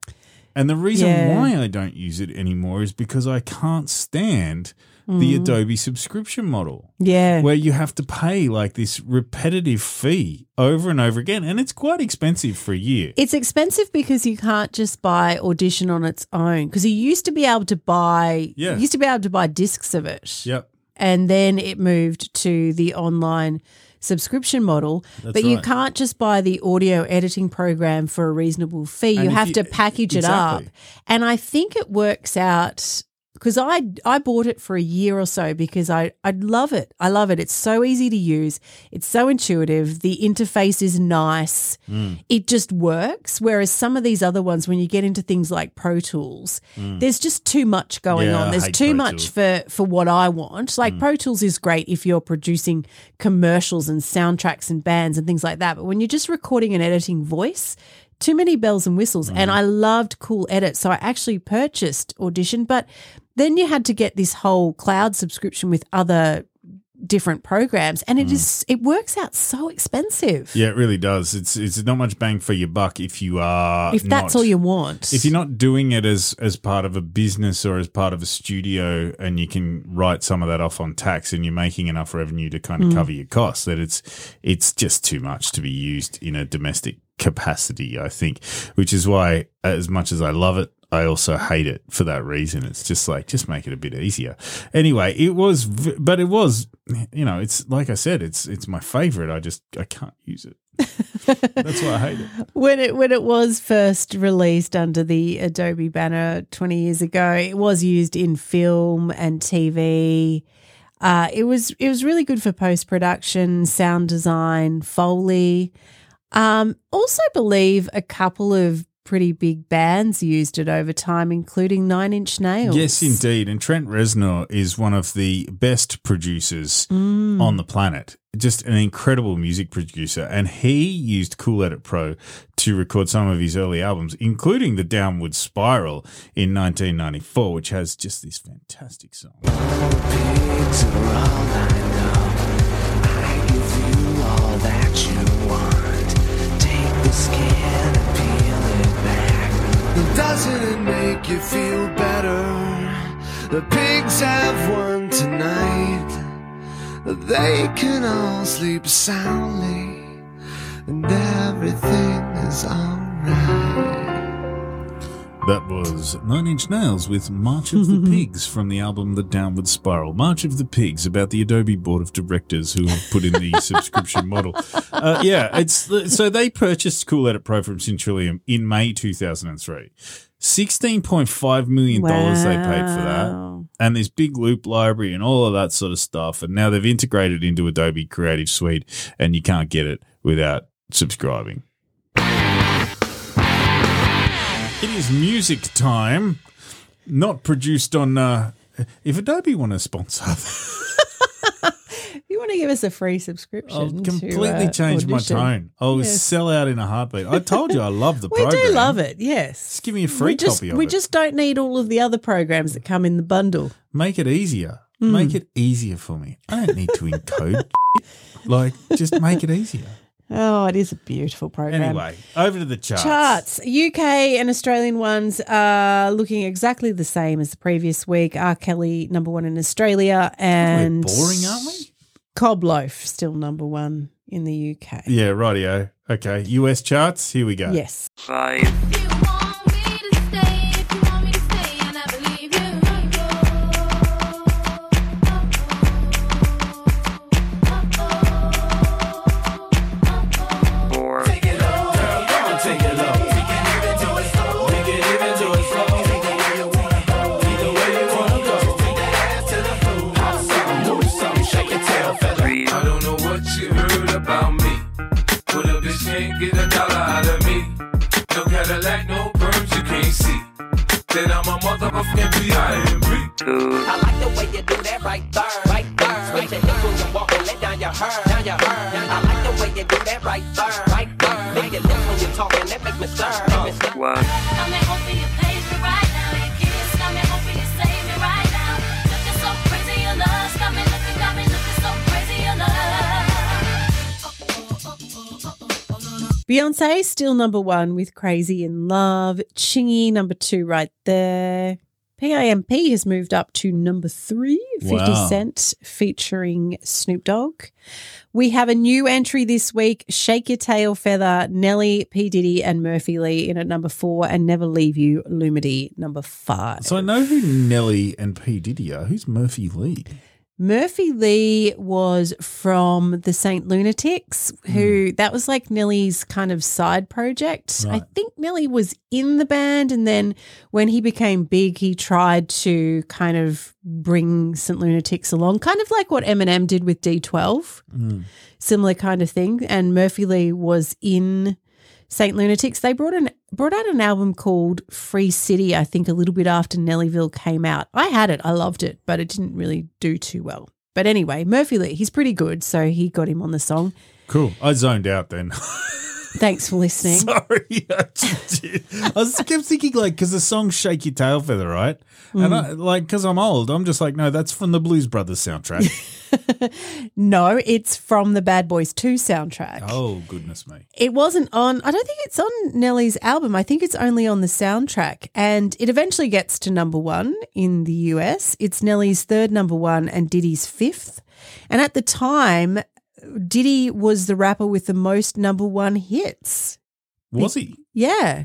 And the reason
Yeah.
why I don't use it anymore is because I can't stand the
Mm.
Adobe subscription model.
Yeah.
Where you have to pay like this repetitive fee over and over again. And it's quite expensive for a year.
It's expensive because you can't just buy audition on its own. Because you used to be able to buy,
Yeah.
you used to be able to buy discs of it.
Yep.
and then it moved to the online subscription model.
That's
but you
right.
can't just buy the audio editing program for a reasonable fee.
And
you
if
have
you-
to package it
exactly.
up. And I think it works out because I I bought it for a year or so because I I love it. I love it. It's so easy to use. It's so intuitive. The interface is nice.
Mm.
It just works. Whereas some of these other ones, when you get into things like Pro Tools,
Mm.
there's just too much going
Yeah,
on.
I
There's
hate
too
Pro
much
Tools.
for for what I want.
Mm.
Like Pro Tools is great if you're producing commercials and soundtracks and bands and things like that. But when you're just recording and editing voice, too many bells and whistles.
Mm.
And I loved Cool Edit, so I actually purchased Audition, but then you had to get this whole cloud subscription with other different programs and it is it works out so expensive.
Mm. Yeah, it really does. It's it's not much bang for your buck if you are
if that's
not-
all you want.
If you're not doing it as as part of a business or as part of a studio, and you can write some of that off on tax, and you're making enough revenue to kind of
Mm.
cover your costs, that it's it's just too much to be used in a domestic capacity. I think, which is why, as much as I love it. I also hate it for that reason. It's just like just make it a bit easier. Anyway, it was, v- but it was, you know, it's like I said, it's it's my favorite. I just I can't use it. That's why I hate it.
when it when it was first released under the Adobe banner 20 years ago, it was used in film and TV. Uh, it was it was really good for post production, sound design, foley. Um, also, believe a couple of pretty big bands used it over time, including Nine Inch Nails.
Yes, indeed. And Trent Reznor is one of the best producers
Mm.
on the planet. Just an incredible music producer. And he used Cool Edit Pro to record some of his early albums, including The Downward Spiral in 1994, which has just this fantastic song.
Doesn't it make you feel better? The pigs have won tonight. They can all sleep soundly, and everything is alright.
That was Nine Inch Nails with March of the Pigs from the album The Downward Spiral. March of the Pigs about the Adobe Board of Directors who have put in the subscription model. Uh, yeah, it's so they purchased Cool Edit Pro from Centrillium in May 2003. $16.5 million they paid for that. And this big loop library and all of that sort of stuff. And now they've integrated into Adobe Creative Suite and you can't get it without subscribing. It is music time, not produced on. Uh, if Adobe want to sponsor,
If you want to give us a free subscription,
I'll
to,
completely
uh,
change my
Audition.
tone. I'll
Yes.
sell out in a heartbeat. I told you I love the
We
program.
do love it, yes.
Just give me a free
we just,
copy of
we
it.
just don't need all of the other programs that come in the bundle.
Make it easier.
Mm.
Make it easier for me. I don't need to encode. like, just make it easier.
Oh, it is a beautiful program.
Anyway, over to the charts.
Charts. UK and Australian ones are looking exactly the same as the previous week. R. Kelly, number one in Australia, and
boring, aren't we?
Cobloaf, still number one in the UK.
Yeah, rightio. Okay, US charts. Here we go.
Yes.
Five.
I don't know what you heard about me. But a bitch can't get a dollar out of me. No Cadillac, no perms you can't see. Then I'm a motherfucking B.I.M.B.
I like the way you do that right there, right there. With the nipples and walk and let down your hair, down your hair. I like the way you do that right there, right there. Make the nipples you talk and that make me stir, make me stir.
Beyonce still number one with Crazy in Love. Chingy number two right there. PIMP has moved up to number three, 50
Wow.
Cent featuring Snoop Dogg. We have a new entry this week Shake Your Tail Feather, Nelly, P. Diddy, and Murphy Lee in at number four, and Never Leave You, Lumity, number five.
So I know who Nelly and P. Diddy are. Who's Murphy Lee?
Murphy Lee was from the Saint Lunatics, who that was like Nelly's kind of side project.
Right.
I think Nelly was in the band, and then when he became big, he tried to kind of bring Saint Lunatics along, kind of like what Eminem did with D12,
Hmm,
similar kind of thing. And Murphy Lee was in Saint Lunatics. They brought an brought out an album called Free City, I think a little bit after Nellyville came out. I had it, I loved it, but it didn't really do too well. But anyway, Murphy Lee, he's pretty good, so he got him on the song.
Cool. I zoned out then.
Thanks for listening.
Sorry, I, just did. I was kept thinking like because the song "Shake Your Tail Feather," right?
Mm.
And I, like because I'm old, I'm just like, no, that's from the Blues Brothers soundtrack.
No, it's from the Bad Boys 2 soundtrack.
oh goodness me!
It wasn't on, I don't think it's on Nelly's album. I think it's only on the soundtrack. And it eventually gets to number one in the US. It's Nelly's third number one and Diddy's fifth. And at the time, Diddy was the rapper with the most number one hits.
Was he?
Yeah.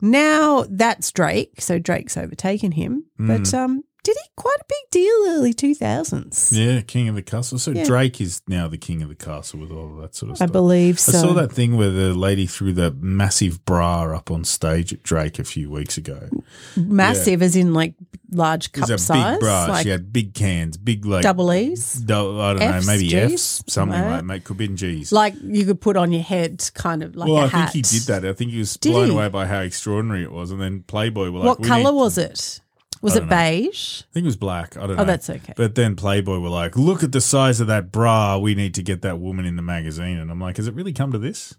Now that's Drake. So Drake's overtaken him. But
Mm.
um, Diddy, quite a big deal early 2000s.
Yeah, King of the Castle. So
Yeah.
Drake is now the King of the Castle with all of that sort of
I
stuff.
believe
I
so.
saw that thing where the lady threw the massive bra up on stage at Drake a few weeks ago.
Massive, as in like large
It
cup
was a
size.
big bra.
like
she had big cans, big like
double E's.
do- I don't know, maybe
Fs,
F's, something
Right.
like that. Could been G's.
like you could put on your head, kind of like
well,
a
I
hat.
think he did that. I think he was
Did
blown
he?
away by how extraordinary it was. And then Playboy were like,
what
we
color
need-
was it? Was
I
it
don't know.
beige?
I think it was black. I don't
Oh,
know.
that's okay.
But then Playboy were like, look at the size of that bra. We need to get that woman in the magazine. And I'm like, has it really come to this?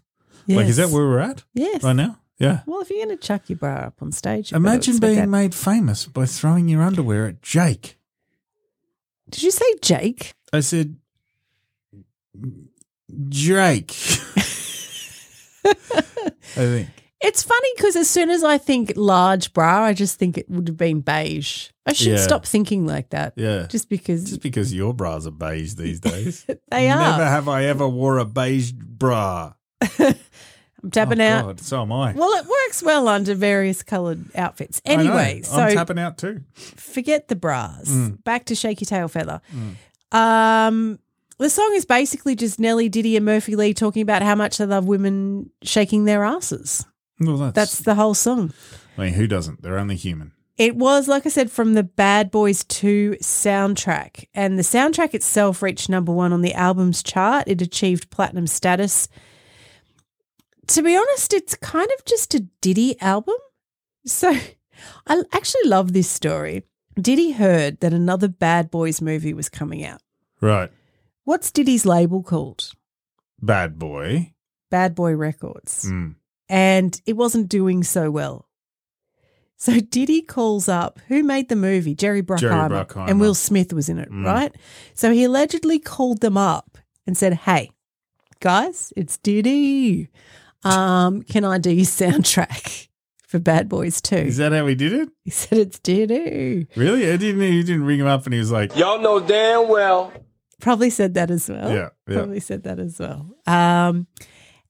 Like, is that
Yes.
where we're at?
Yes.
Right now? Yeah.
Well, if you're going to chuck your bra up on stage, you've got to
Imagine
expect
being
that.
made famous by throwing your underwear at Jake.
Did you say Jake?
I said, Drake. I think.
It's funny because as soon as I think large bra, I just think it would have been beige. I should
Yeah.
stop thinking like that.
Yeah.
Just because
Just because your bras are beige these days.
they are.
Never have I ever wore a beige bra.
I'm tapping out.
Oh, God, so am I.
Well, it works well under various coloured outfits.
I know.
Anyway, so
I'm tapping out too.
forget the bras.
Mm.
Back to Shake Your Tail Feather. Um, the song is basically just Nelly, Diddy, and Murphy Lee talking about how much they love women shaking their asses.
Well, that's,
That's the whole song.
I mean, who doesn't? They're only human.
It was, like I said, from the Bad Boys 2 soundtrack. And the soundtrack itself reached number one on the album's chart. It achieved platinum status. To be honest, it's kind of just a Diddy album. So I actually love this story. Diddy heard that another Bad Boys movie was coming out.
Right.
What's Diddy's label called?
Bad boy.
Bad Boy Records.
Mm.
And it wasn't doing so well. So Diddy calls up who made the movie? Jerry Bruckheimer.
Jerry Bruckheimer.
And Will Smith was in it,
Mm.
right? So he allegedly called them up and said, Hey, guys, it's Diddy. Um, can I do your soundtrack for Bad Boys 2?
Is that how he did it?
He said it's Diddy.
Really? I didn't. He didn't ring him up, and he was like, "Y'all know damn well."
Probably said that as well.
Yeah, yeah.
Probably said that as well. Um,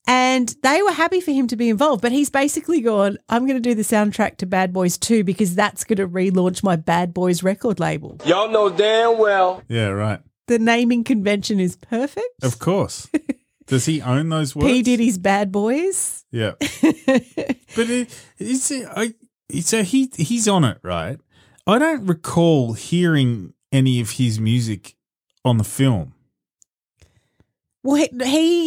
and they were happy for him to be involved, but he's basically gone, I'm going to do the soundtrack to Bad Boys 2 because that's going to relaunch my Bad Boys record label.
Y'all know damn well.
Yeah, right.
The naming convention is perfect.
Of course. Does he own those words?
P. Diddy's Bad Boys.
Yeah. but it, it's I. So he he's on it, right? I don't recall hearing any of his music on the film.
Well, he-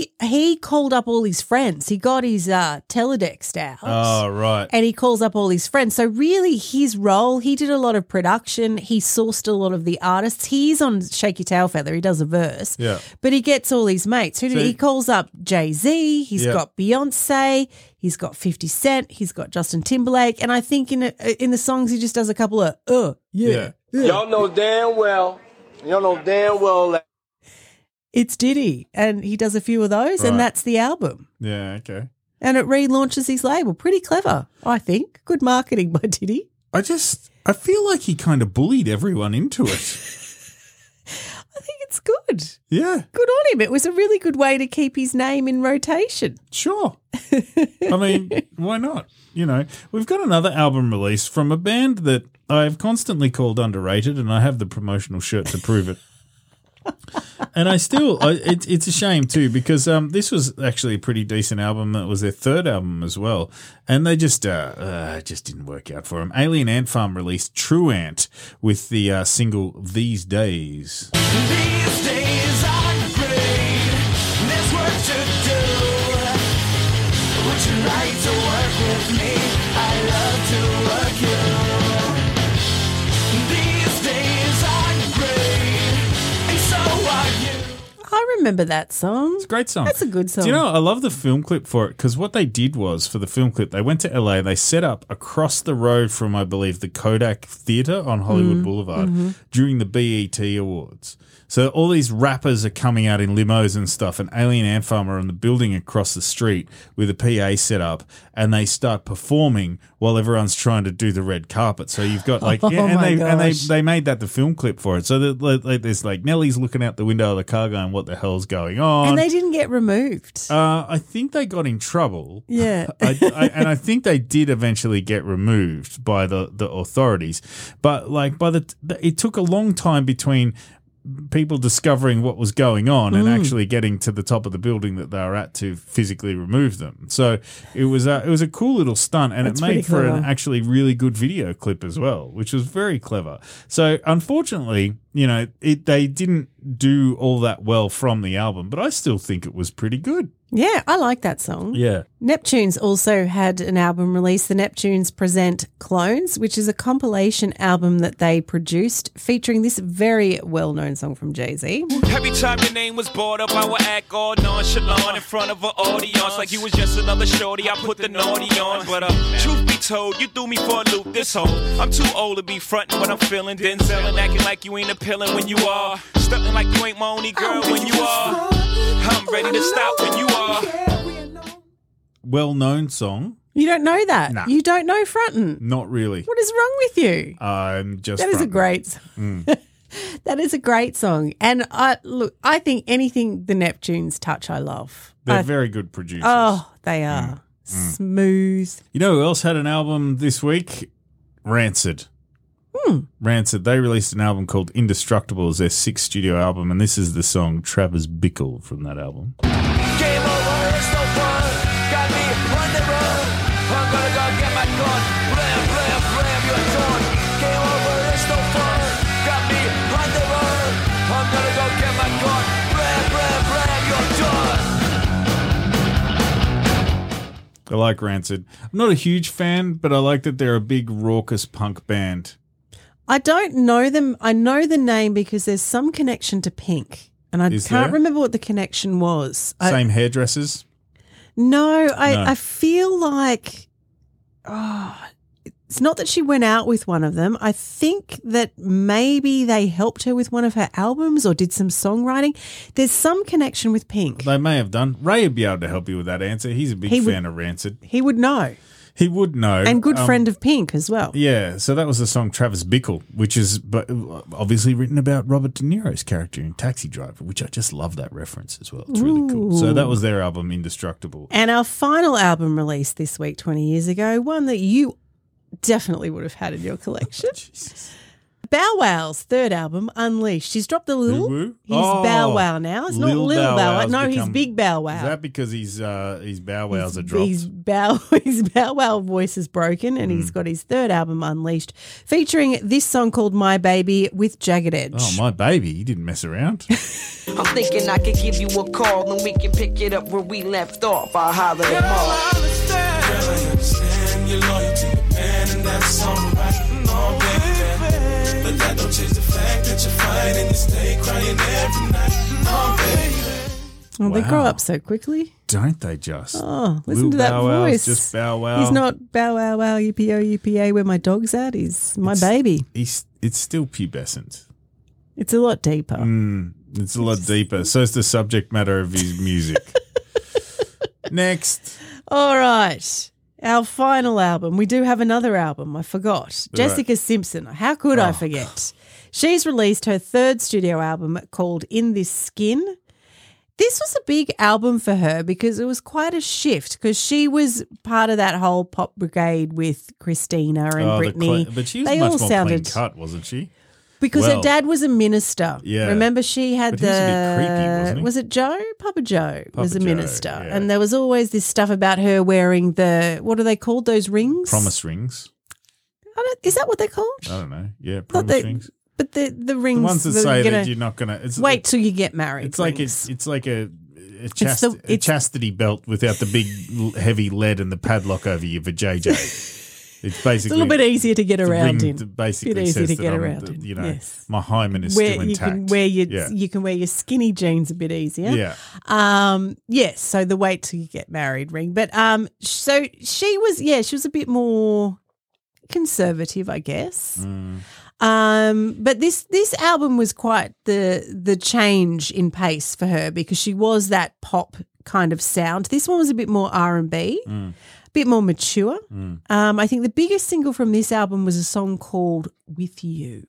he he called up all his friends. He got his uh, teledex out.
Oh, right.
and he calls up all his friends. So really, his role, he did a lot of production. He sourced a lot of the artists. He's on Shake Your Tail Feather. He does a verse,
Yeah.
but he gets all his mates. Who did,
So-
he calls up Jay Z. He's
Yeah.
got Beyonce. He's got Fifty Cent. He's got Justin Timberlake. And I think in in the songs, he just does a couple of uh yeah.
Y'all know damn well. Y'all know damn well that.
It's Diddy, and he does a few of those,
Right.
and that's the album.
Yeah. Okay.
and it relaunches his label. Pretty clever, I think. Good marketing by Diddy.
I just I feel like he kind of bullied everyone into it.
I think it's good.
Yeah.
Good on him. It was a really good way to keep his name in rotation.
Sure. I mean, why not? You know, we've got another album release from a band that I've constantly called underrated, and I have the promotional shirt to prove it. and I still, I, it, it's a shame too, because um, this was actually a pretty decent album. That was their third album as well, and they just, uh, uh it just didn't work out for them. Alien Ant Farm released True Ant with the uh, single "These Days."
These days are great. There's work to do. Would you like to work with me? I love to work you. These days are great, and so are you.
I remember that song. It's a
great song.
That's a good song.
Do you know, I love the film clip for it because what they did was for the film clip, they went to LA, they set up across the road from, I believe, the Kodak Theater on Hollywood
Mm-hmm.
Mm,
Boulevard
mhm.
during the BET Awards. So all these rappers are coming out in limos and stuff, and Alien Ant Farm are on the building across the street with a PA set up, and they start performing while everyone's trying to do the red carpet. So you've got like,
Oh
yeah, and
my
they and they
gosh.
they made that the film clip for it. So that like, like, there's like Nelly's looking out the window of the car, going, "What the hell's going on?"
and they didn't get removed.
Uh, I think they got in trouble.
Yeah.
I, I, and I think they did eventually get removed by the, the authorities. But like by the, the it took a long time between people discovering what was going on and
Mm.
actually getting to the top of the building that they were at to physically remove them. So it was a, it was a cool little stunt and
That's
it
pretty
made for an
clever.
actually really good video clip as well, which was very clever. So unfortunately, you know, it they didn't do all that well from the album, but I still think it was pretty good.
Yeah, I like that song.
Yeah.
Neptunes also had an album release. The Neptunes Present Clones, which is a compilation album that they produced featuring this very well known song from Jay Z.
Every time your name was brought up, I would act all nonchalant in front of an audience like you was just another shorty. I put the naughty on, but uh, truth be told, you threw me for a loop this whole. I'm too old to be frontin' what I'm feeling, then selling, acting like you ain't appealing when you are, stuntin' like you ain't my only girl when you are. I'm ready to stop when you are.
Well known song.
You don't know that.
Nah.
You don't know Frontin.
Not really.
What is wrong with you?
I'm just
That is a
fronting.
great song.
Mm.
That is a great song. And I look, I think anything the Neptunes touch, I love.
They're
I-
very good producers.
Oh, they are.
Mm.
Smooth.
You know who else had an album this week? Rancid.
Hmm.
Rancid. They released an album called Indestructible as their sixth studio album, and this is the song Travers Bickle from that album.
Game over, it's no fun. Got me on the run. I'm gonna go get my gun. Blam, blam, blam, you're done. Game over, it's no fun. Got me on the run. I'm gonna go get my gun. Blam, blam, blam, you're done.
I like Rancid. I'm not a huge fan, but I like that they're a big raucous punk band.
I don't know them. I know the name because there's some connection to Pink, and I
Is
can't
there?
remember what the connection was. I-
Same hairdressers.
No, I,
No.
I feel like oh, it's not that she went out with one of them. I think that maybe they helped her with one of her albums or did some songwriting. There's some connection with Pink.
They may have done. Ray would be able to help you with that answer. He's a big
He would-
fan of Rancid.
He would know.
He would know.
And good
Um,
friend of Pink as well.
Yeah, so that was the song Travis Bickle, which is but obviously written about Robert De Niro's character in Taxi Driver, which I just love that reference as well. It's really cool. So that was their album Indestructible.
And our final album released this week, 20 years ago, one that you definitely would have had in your collection. Bow Wow's third album, Unleashed. He's dropped the little. He's
Oh,
Bow Wow now. It's not Lil Bow, Wow. No, he's Big Bow Wow.
Is that because he's uh he's Bow Wow's a drop?
His bow, his bow wow voice is broken, and
Hmm.
he's got his third album unleashed, featuring this song called "My Baby" with Jagged Edge.
Oh my baby, he didn't mess around.
I'm thinking I could give you a call and we can pick it up where we left off. I'll holler tomorrow.
Girl, I understand your loyalty, man, and that's alright. No, baby. But that don't change the fact that you're fighting. You stay crying every night. No, baby.
Well, they grow
Wow.
up so quickly.
Don't they just?
Oh, listen
Lil
to that
Bow Wow's
voice.
just Bow Wow.
He's not bow wow wow E upo upa where my dog's at. He's my baby.
He's it's still pubescent.
It's a lot deeper.
Mm, it's a lot deeper. So is the subject matter of his music. Next.
All right. Our final album. We do have another album. I forgot.
Right.
Jessica Simpson. How could I
Oh.
forget? She's released her third studio album called In This Skin. This was a big album for her because it was quite a shift because she was part of that whole pop brigade with Christina and
Oh, the
Britney.
cla- but she was
they
much
all
more
sounded
plain cut, wasn't she?
because her
Well,
dad was a minister.
Yeah.
remember she had
But he
the
was a bit creepy, wasn't he?
was it Joe Papa Joe was
Papa
a
Joe,
minister, and there was always this stuff about her wearing the what are they called those rings?
Promise rings.
I don't, is that what they're called?
I don't know. Yeah,
Not
promise
the-
rings.
But the the
The
rings
ones that
that
say
are
that
gonna-
you're not gonna. It's,
wait till you get married.
it's like
rings.
it's it's like a. A,
the-
chast- a
it's-
chastity belt without the big l- heavy lead and the padlock over you for JJ. It's basically
it's a little bit easier to get
the
around
ring
in.
that Basically,
bit easier
says
to
that
get
I'm-
around
that,
in.
You know,
yes.
my hymen is
where
still
you
intact.
can wear your
yeah.
you can wear your skinny jeans a bit easier.
Yeah.
Um. Yes. So the wait till you get married ring, but um. So she was yeah she was a bit more conservative, I guess. Um, but this this album was quite the the change in pace for her because she was that pop kind of sound. This one was a bit more R and B, a bit more mature. Um, I think the biggest single from this album was a song called "With You."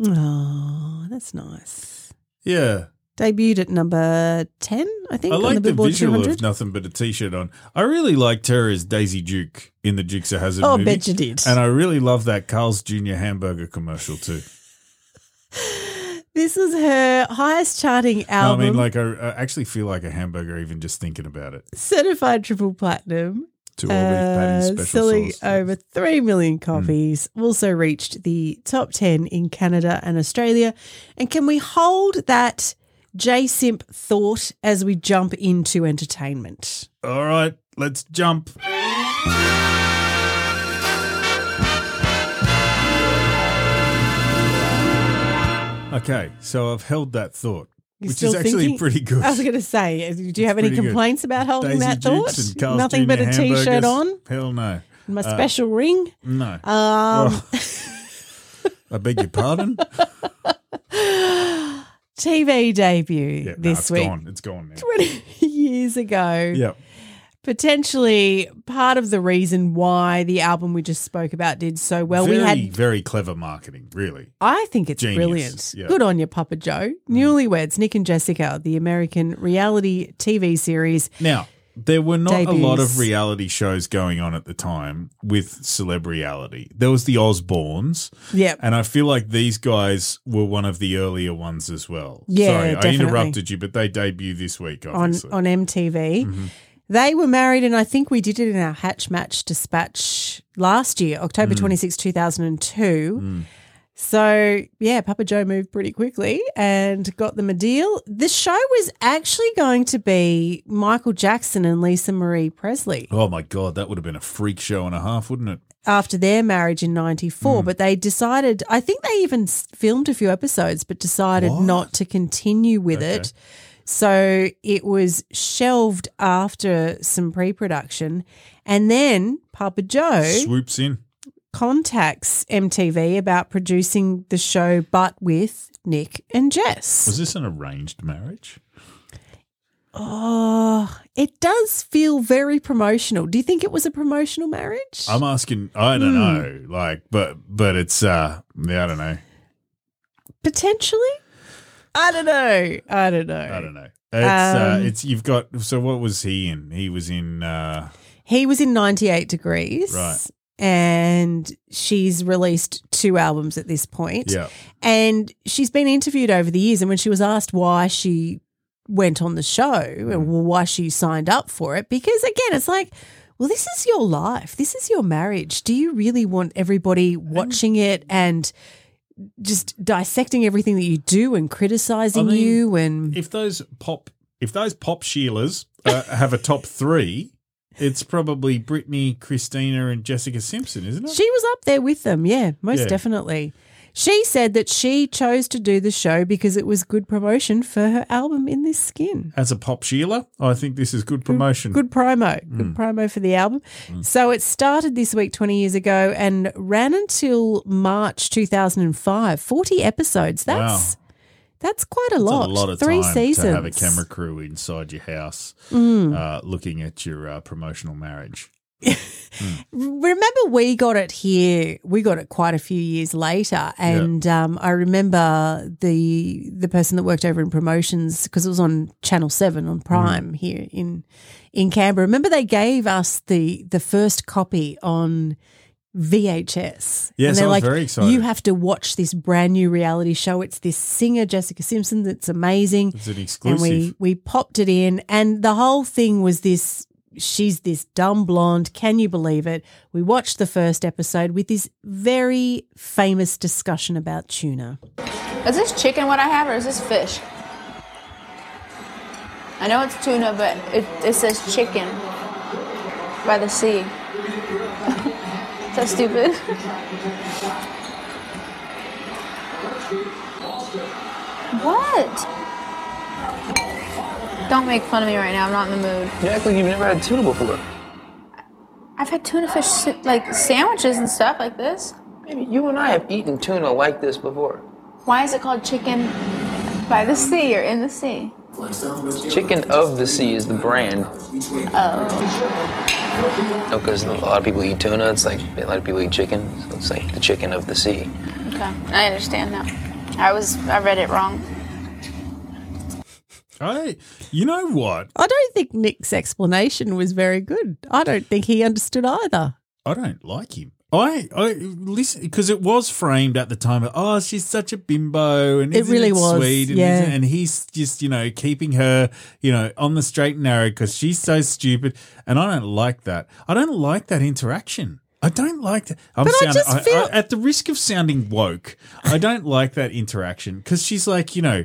Oh, that's nice.
Yeah.
Debuted at number ten, I think.
I
on
like
the
the,
Billboard
visual
200.
of nothing but a t-shirt on. I really liked her as Daisy Duke in the Dukes of Hazzard
Oh, I
movie.
bet you did.
And I really love that Carl's Jr. hamburger commercial too.
This is her highest charting
No, I
album.
mean, like I, I actually feel like a hamburger even just thinking about it.
certified triple platinum.
To all
Uh,
beef patties, special Hmm.
selling
sauce.
over 3 million copies, also reached the top 10 in Canada and Australia. And can we hold that J Simp thought as we jump into entertainment?
All right, let's jump. Okay, so I've held that thought,
You
which
still
is actually
thinking-
pretty good.
I was going to say, do you
It's
have any
pretty good.
complaints about holding
Daisy
that
Dukes
thought?
and Carl's
Nothing but
Jr.
a t shirt
hamburgers.
on,
Hell no.
my
Uh,
special ring.
No.
Um,
Oh. I beg your pardon?
TV debut
Yeah, no,
this
it's
week,
gone. It's gone now.
20 years ago.
Yeah.
potentially part of the reason why the album we just spoke about did so well.
very,
we had,
very clever marketing, really.
I think it's
Genius.
brilliant.
Yeah. Mm.
Good on you, Papa Joe. Newlyweds, Nick and Jessica, the American reality TV series.
Now, there were not a lot
Debuts.
of reality shows going on at the time with celebrity. There was the Osbournes.
Yep.
And I feel like these guys were one of the earlier ones as well.
Yeah,
Sorry,
definitely.
I interrupted you, but they debut this week,
on
obviously.
on MTV. They were married, and I think we did it in our Hatch Match Dispatch last year, October twenty sixth, two 2002. So, yeah, Papa Joe moved pretty quickly and got them a deal. The show was actually going to be Michael Jackson and Lisa Marie Presley
Oh my God, that would have been a freak show and a half, wouldn't it?
after their marriage in
Hmm.
94, but they decided, I think they even s- filmed a few episodes, but decided
What?
not to continue with
Okay.
it. So it was shelved after some pre production. And then Papa Joe
Swoops in.
contacts MTV about producing the show, but with Nick and Jess.
Was this an arranged marriage?
Oh, it does feel very promotional. Do you think it was a promotional marriage?
I'm asking. I
Hmm.
don't know. Like, but but it's uh, yeah, I don't know.
Potentially? I don't know. I don't know.
I don't know. It's uh,
Um,
it's you've got. So what was he in? He was in. uh
He was in 98 Degrees.
Right.
And she's released two albums at this point.
Yeah.
And she's been interviewed over the years. And when she was asked why she went on the show
Mm.
and why she signed up for it, because again, it's like, well, this is your life. This is your marriage. Do you really want everybody watching it and just dissecting everything that you do and criticizing
I mean,
you? And
If those pop, if those pop Sheilas uh, have a top three, it's probably Britney, Christina, and Jessica Simpson, isn't it?
She was up there with them, yeah, most
Yeah.
definitely. She said that she chose to do the show because it was good promotion for her album In This Skin.
As a pop Sheila, I think this is good promotion.
Good promo. Good
Mm.
promo for the album. So it started this week 20 years ago and ran until March 2005. 40 episodes. That's that's quite a
It's
lot.
a lot of
Three
time
seasons.
to have a camera crew inside your house,
Mm.
uh, looking at your uh, promotional marriage.
Remember, we got it here. We got it quite a few years later, and um, I remember the the person that worked over in promotions because it was on Channel Seven
Mm-hmm.
on Prime here in in Canberra. Remember, they gave us the the first copy on VHS.
Yes,
and they're
I was
like,
very excited.
You have to watch this brand new reality show. It's this singer Jessica Simpson that's amazing.
It's an
And we
exclusive.
we popped it in, and the whole thing was this. She's this dumb blonde. Can you believe it? We watched the first episode with this very famous discussion about tuna.
Is this chicken what I have, or is this fish? I know it's tuna, but it, it says chicken by the sea. Is that stupid? What? Don't make fun of me right now. I'm not in the mood.
You act like you've never had tuna before.
I've had tuna fish sa- like sandwiches and stuff like this.
Maybe you and I have eaten tuna like this before.
Why is it called chicken by the sea or in the sea?
Chicken of the Sea is the brand.
Oh.
No, because a lot of people eat tuna. It's like a lot of people eat chicken. So it's like the chicken of the sea.
Okay, I understand now. I was I read it wrong.
I, you know what?
I don't think Nick's explanation was very good. I don't think he understood either.
I don't like him. I, I listen because it was framed at the time. of, Oh, she's such a bimbo, and
It
isn't
really was,
sweet, and,
yeah.
isn't- and he's just you know keeping her you know on the straight and narrow because she's so stupid. And I don't like that. I don't like that interaction. I don't like that. I'm
But I
sound-
just feel-
at the risk of sounding woke. I don't like that interaction because she's like you know,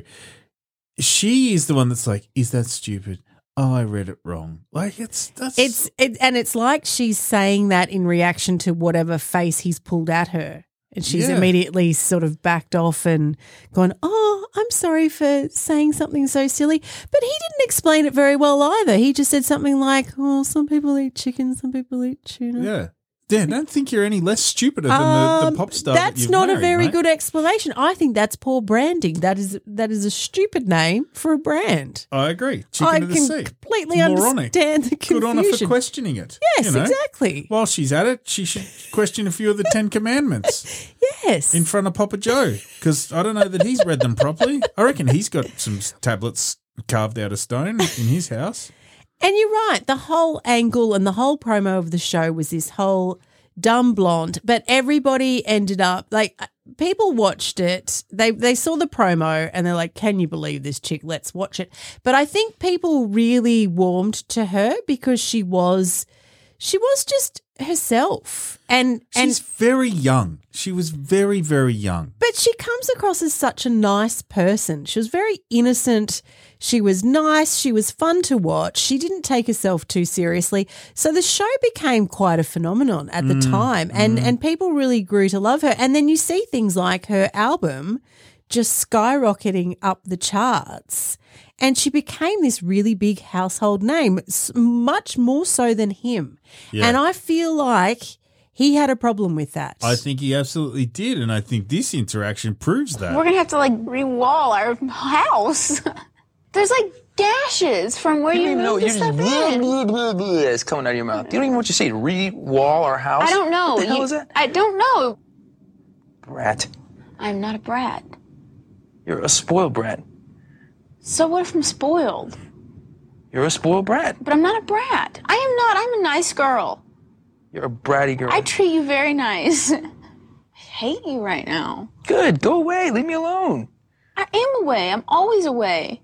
she is the one that's like, is that stupid? Oh, I read it wrong. Like it's that's
It's it, and it's like she's saying that in reaction to whatever face he's pulled at her, and she's
Yeah.
immediately sort of backed off and gone, "Oh, I'm sorry for saying something so silly," but he didn't explain it very well either. He just said something like, "Oh, some people eat chicken, some people eat tuna."
Yeah. Mm-hmm. Dan, don't think you're any less stupider than the,
Um,
the pop star. that
that's
you've
not a
married,
very
mate.
good explanation. I think that's poor branding. That is that is a stupid name for a brand.
I agree. Chicken
I
of the
can
sea.
completely
It's moronic.
understand the
Good on her for eh?
confusion.
questioning it.
Yes, exactly.
While she's at it, she should question a few of the Ten Commandments.
yes.
In front of Papa Joe, because I don't know that he's read them properly. I reckon he's got some tablets carved out of stone in his house.
And you're right. The whole angle and the whole promo of the show was this whole dumb blonde, but everybody ended up like uh, people watched it. They they saw the promo and they're like, "Can you believe this chick? Let's watch it." But I think people really warmed to her because she was she was just herself. And
She's
and
very young. She was very, very young.
but she comes across as such a nice person. She was very innocent. She was nice. She was fun to watch. She didn't take herself too seriously. So the show became quite a phenomenon at the
Mm,
time. And,
mm.
and people really grew to love her. And then you see things like her album just skyrocketing up the charts. And she became this really big household name, s- much more so than him.
Yeah.
And I feel like he had a problem with that.
I think he absolutely did, and I think this interaction proves that.
We're gonna have to like re-wall our house. There's like gashes from where you,
don't even know.
moved
You
the
just
stuff
blah,
in.
blah, blah, blah, it's coming out of your mouth. You don't even know what you say. Re-wall our house.
I don't know.
What the hell
You-
is that?
I don't know.
Brat.
I'm not a brat.
You're a spoiled brat.
So what if I'm spoiled?
You're a spoiled brat.
But I'm not a brat. I am not. I'm a nice girl.
You're a bratty girl.
I treat you very nice. I hate you right now.
Good. Go away. Leave me alone.
I am away. I'm always away.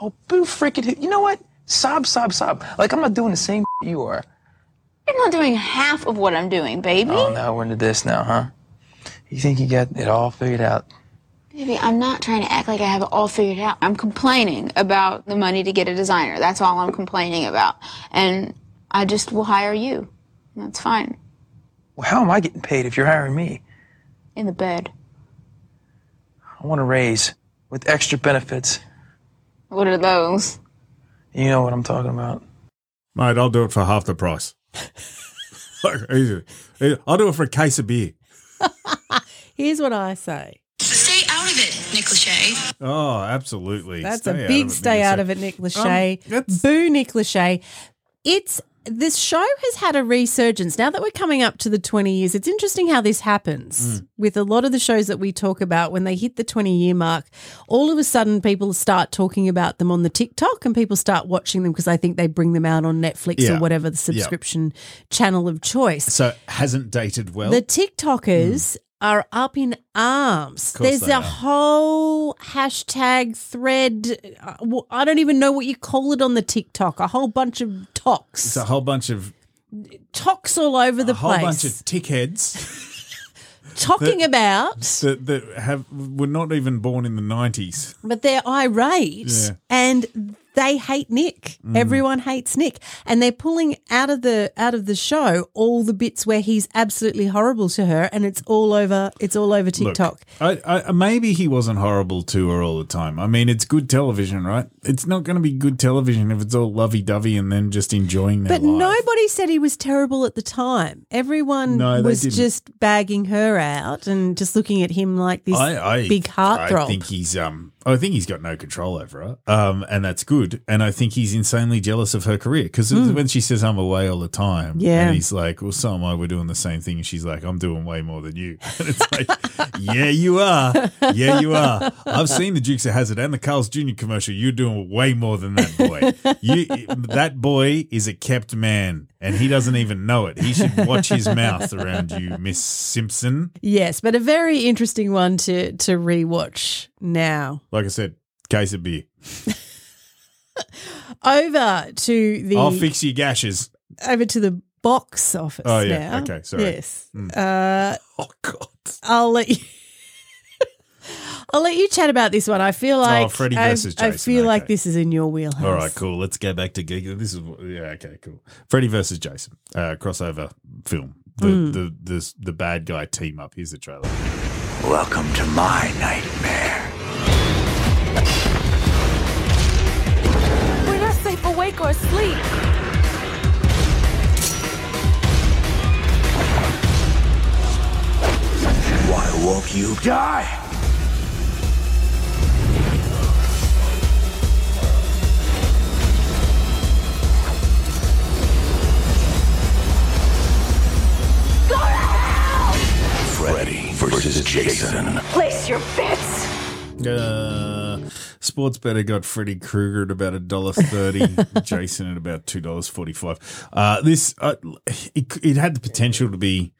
Oh, boo freaking. who- You know what? Sob, sob, sob. Like, I'm not doing the same you are.
You're not doing half of what I'm doing, baby.
Oh, now we're into this now, huh? You think you got it all figured out?
Baby, I'm not trying to act like I have it all figured out. I'm complaining about the money to get a designer. That's all I'm complaining about. And I just will hire you. That's fine.
Well, how am I getting paid if you're hiring me?
in the bed.
I want a raise with extra benefits.
What are those?
You know what I'm talking about.
Mate, I'll do it for half the price. Like, easy. I'll do it for a case of beer.
Here's what I say.
Stay out of it, Nick Lachey.
Oh, absolutely.
That's
Stay out
a
of
big
it,
stay
Nick
out
Lachey.
of it, Nick
Um,
Lachey. Boo, Nick Lachey. It's this show has had a resurgence. Now that we're coming up to the 20 years, it's interesting how this happens
Mm.
with a lot of the shows that we talk about when they hit the 20 year mark. All of a sudden, people start talking about them on the TikTok and people start watching them because I think they bring them out on Netflix
Yeah.
or whatever the
Yeah.
subscription channel of choice.
so hasn't dated well.
The TikTokers are up in arms.
Hmm. Of course
There's
they
a
are.
whole hashtag thread. uh, w- I don't even know what you call it on the TikTok. A whole bunch of tox,
it's a whole bunch of
tox all over the
a whole
place,
bunch of tick heads
talking
that-
about.
that, that have were not even born in the nineties.
But they're irate
Yeah.
and they hate Nick.
Mm.
Everyone hates Nick. And they're pulling out of the out of the show all the bits where he's absolutely horrible to her and it's all over it's all over TikTok.
I, I, maybe he wasn't horrible to her all the time. I mean, it's good television, right? It's not going to be good television if it's all lovey dovey and them just enjoying their
But
life.
nobody said he was terrible at the time. Everyone
No, they
was
didn't.
just bagging her out and just looking at him like this big
I
heartthrob.
think he's um. I think he's got no control over her. Um, and that's good. And I think he's insanely jealous of her career because
Mm.
when she says I'm away all the time,
Yeah.
and he's like, well, so am I. We're doing the same thing. And she's like, I'm doing way more than you. And it's like, yeah, you are. Yeah, you are. I've seen the Dukes of Hazard and the Carl's Jr. commercial. You're doing way more than that boy. You, that boy is a kept man, and he doesn't even know it. He should watch his mouth around you, Miss Simpson.
yes, but a very interesting one to to rewatch now.
Like I said, case of beer.
Over to the
I'll fix your gashes.
over to the box office.
Oh, yeah.
now.
Okay, sorry.
Yes.
Mm.
Uh, oh God. I'll let you. I'll let you chat about this one. I feel like
Oh, Freddy
I,
versus
I
Jason,
feel like this is in your wheelhouse.
All right, cool. Let's go back to Giga. This is yeah, okay, cool. Freddy versus Jason uh, crossover film. The,
Hmm.
Mm.
the the the bad guy team up. Here's the trailer.
Welcome to my nightmare.
We're not safe awake or asleep.
Why won't you die?
Freddy versus Jason.
Place your bets.
Uh, sports better got Freddy Krueger at about a dollar thirty, Jason at about two dollars forty five. Uh, this uh, it, it had the potential to be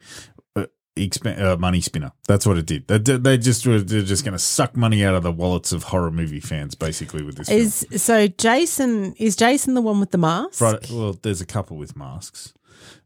uh, exp- uh, money spinner. That's what it did. They, they just were they're just going to suck money out of the wallets of horror movie fans, basically with this. film.
Is so Jason is Jason the one with the mask?
Right. Well, there's a couple with masks,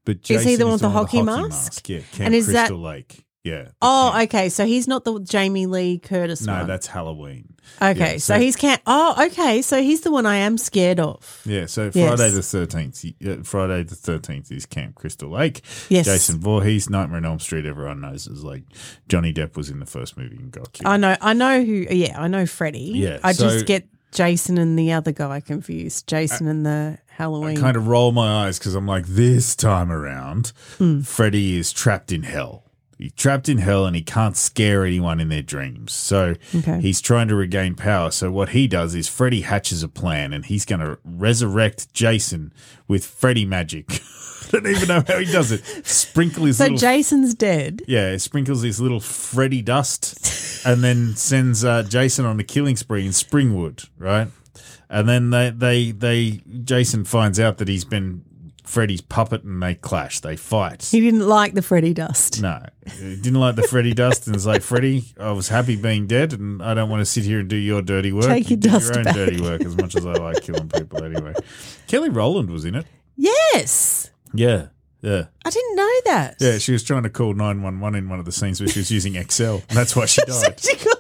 but
Is he the
Jason
one with the hockey mask?
Yeah, Camp
And is that-
Crystal Lake. Yeah,
Oh, okay. So he's not the Jamie Lee Curtis
no,
one.
that's Halloween.
okay.
Yeah,
so, he's can't. Oh, okay. So he's the one I am scared of.
yeah. So
Yes.
Friday the thirteenth. Friday the thirteenth is Camp Crystal Lake.
Yes.
Jason Voorhees, Nightmare on Elm Street. Everyone knows is like Johnny Depp was in the first movie and got killed.
I know. I know who. Yeah, I know Freddy.
Yeah,
I
so- Uh,
just get Jason and the other guy confused. Jason and the Halloween.
kind of roll my eyes because I'm like, this time around,
Hmm.
Freddy is trapped in hell. He's trapped in hell and he can't scare anyone in their dreams. So
Okay.
he's trying to regain power. So what he does is Freddy hatches a plan and he's going to resurrect Jason with Freddy magic. I don't even know how he does it. Sprinkle his
so
little
Jason's dead.
yeah, it sprinkles his little Freddy dust and then sends uh, Jason on a killing spree in Springwood, right? And then they, they, they, Jason finds out that he's been Freddy's puppet and they clash, they fight.
He didn't like the Freddy dust.
No, he didn't like the Freddy dust and is like, Freddy, I was happy being dead and I don't want to sit here and do your dirty work.
Take
You
your
do
dust
your own
back."
dirty work as much as I like killing people anyway. Kelly Rowland was in it.
Yes,
Yeah. Yeah.
I didn't know that.
Yeah, she was trying to call 911 in one of the scenes where she was using Excel. And that's why she died.
She got-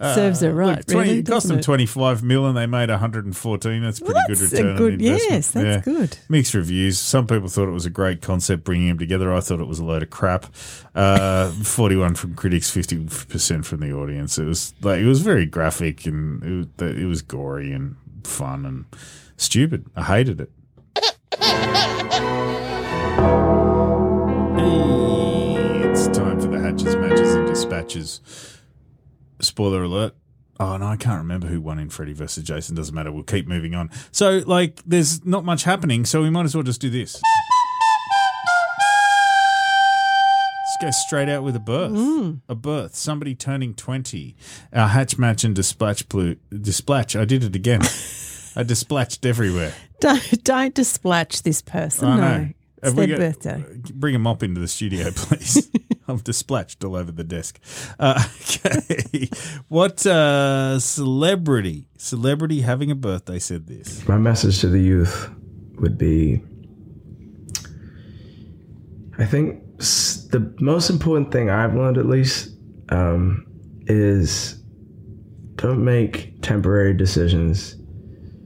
Serves her right,
Uh, Twenty,
really,
it cost
doesn't
them
it?
25 mil and they made 114. That's pretty
that's a
good return. on
good-
investment.
yes, that's good.
Mixed reviews. Some people thought it was a great concept bringing them together. I thought it was a load of crap. Uh, 41 from critics, 50% from the audience. It was like it was very graphic and it, was- it was gory and fun and stupid. I hated it. Hey, it's time for the hatches, matches, and dispatches. Spoiler alert. Oh, no, I can't remember who won in Freddy versus Jason. Doesn't matter. We'll keep moving on. So, like, there's not much happening, so we might as well just do this. Let's go straight out with a birth. A birth. Somebody turning 20. Our hatch match and dispatch. Blue, dispatch. I did it again. I dispatched everywhere.
Don't don't displatch this person.
I
no,
know.
it's
Have we
their
got-
birthday.
Bring him up into the studio, please. I've dispatched all over the desk. Uh, okay. What uh, celebrity, celebrity having a birthday said this?
My message to the youth would be I think s- the most important thing I've learned, at least, um, is don't make temporary decisions.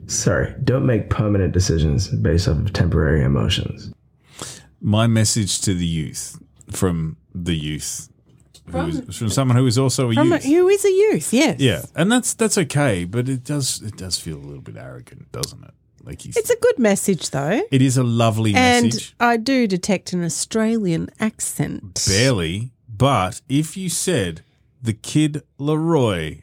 Sorry, don't make permanent decisions based off of temporary emotions.
My message to the youth from the youth. Who
From-
is, from someone who is also a
From a-
youth.
who is a youth? Yes.
yeah, and that's that's okay, but it does it does feel a little bit arrogant, doesn't it? Like he's,
It's a good message though,
it is a lovely
and
message.
I do detect an Australian accent.
Barely. But if you said the kid Leroy,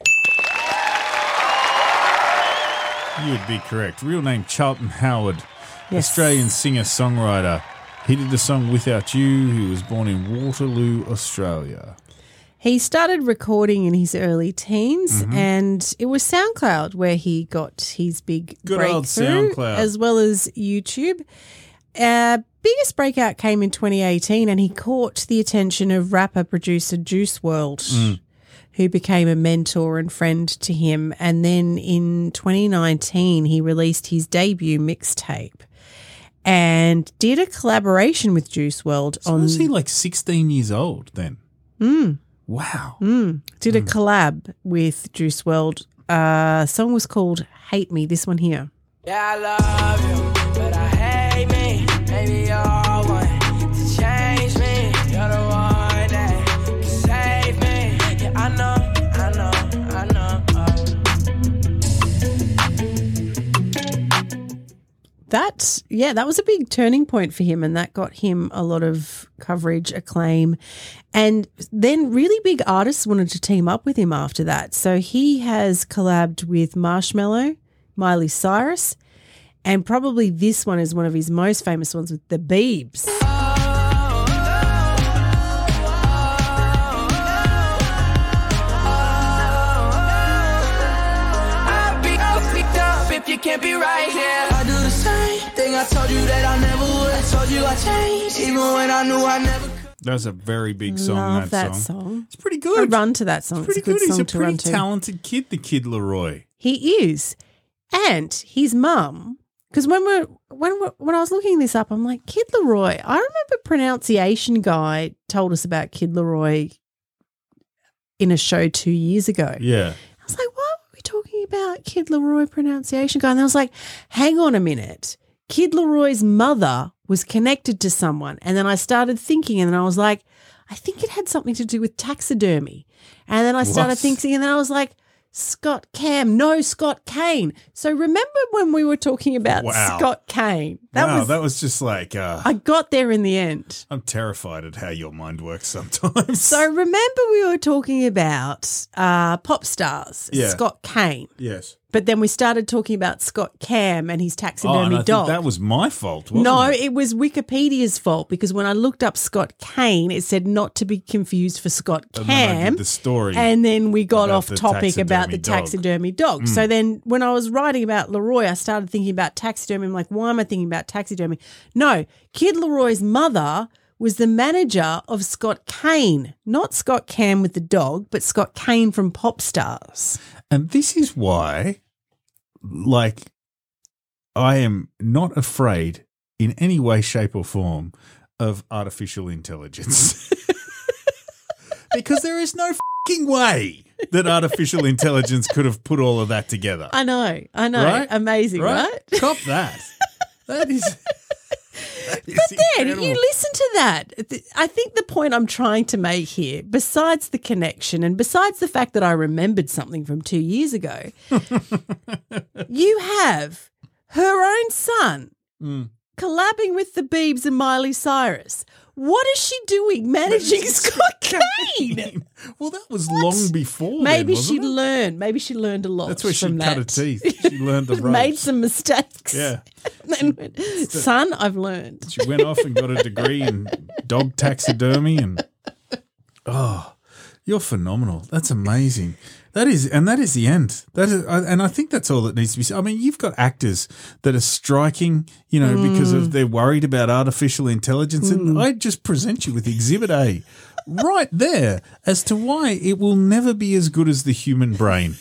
you would be correct. Real name Charlton Howard,
Yes.
Australian singer songwriter. He did the song Without You. He was born in Waterloo, Australia.
He started recording in his early teens,
Mhm.
and it was SoundCloud where he got his big
Good
breakthrough,
old SoundCloud.
as well as YouTube. Uh, biggest breakout came in 2018, and he caught the attention of rapper producer Juice World,
Mm.
who became a mentor and friend to him. And then in 2019, he released his debut mixtape. And did a collaboration with Juice World
So
on
was he like 16 years old then?
Mm.
Wow.
Mm. Did a collab with Juice World. Uh, song was called "Hate Me." This one here.
Yeah, I love you, but I hate me. Maybe you're one to change me. You're the one that can save me. Yeah, I know, I know, I know. oh.
That yeah, that was a big turning point for him, and that got him a lot of coverage, acclaim, and then really big artists wanted to team up with him after that. So he has collabed with Marshmello, Miley Cyrus, and probably this one is one of his most famous ones with the Biebs.
I be up, picked up if you can't be right here. I do the same thing I told you that I never would. I told you I changed, even when I knew I never
That was a very big song.
Love that, song. It's
pretty good.
A run to that song. It's
Pretty
a good,
good. He's
song
a
to
pretty
run to.
talented kid, the kid Leroy.
He is, and his mum. Because when we're when we're, when I was looking this up, I'm like Kid Leroy. I remember pronunciation guy told us about Kid Leroy in a show two years ago.
Yeah.
I was like, why were we talking about Kid Leroy pronunciation guy? And I was like, hang on a minute. Kid Leroy's mother was connected to someone. And then I started thinking, and then I was like, I think it had something to do with taxidermy. And then I started
What?
thinking, and then I was like, Scott Cam, no, Scott Kane. So remember when we were talking about
Wow.
Scott Kane? That
wow,
was,
that was just like uh,
I got there in the end.
I'm terrified at how your mind works sometimes.
So remember we were talking about uh, pop stars,
Yeah.
Scott Kane.
Yes.
But then we started talking about Scott Cam and his
Oh, and
taxidermy
I think
dog.
that was my fault. Wasn't
no,
it?
it? was Wikipedia's fault because when I looked up Scott Kane, it said not to be confused for Scott
And then I did
Cam.
the story
and then we got
about
off
the
topic about the taxidermy
taxidermy dog.
dog. So
Mm.
then when I was writing about Leroy, I started thinking about taxidermy. I'm like, why am I thinking about taxidermy? No, Kid Leroy's mother was the manager of Scott Kane, not Scott Cam with the dog, but Scott Kane from Pop Stars.
And this is why, like, I am not afraid in any way, shape, or form of artificial intelligence. because there is no fucking way that artificial intelligence could have put all of that together.
I know, I know.
Right?
Amazing, right?
Cop that. That is.
But then you listen to that. Th- I think the point I'm trying to make here, besides the connection and besides the fact that I remembered something from two years ago, you have her own son
Mm.
collabing with the Beebs and Miley Cyrus. What is she doing managing Scott Kane?
Well, that was long before.
Maybe
then,
she
wasn't it?
learned. Maybe she learned a lot.
That's where she
from
cut
that.
her teeth. She learned the ropes.
Made some mistakes.
Yeah.
And went, son, I've learned.
She went off and got a degree in dog taxidermy and oh, you're phenomenal. That's amazing. That is, and that is the end. That is, I- and I think that's all that needs to be said. I mean, you've got actors that are striking, you know, because
Mm.
of they're worried about artificial intelligence. And I just present you with Exhibit A, right there, as to why it will never be as good as the human brain.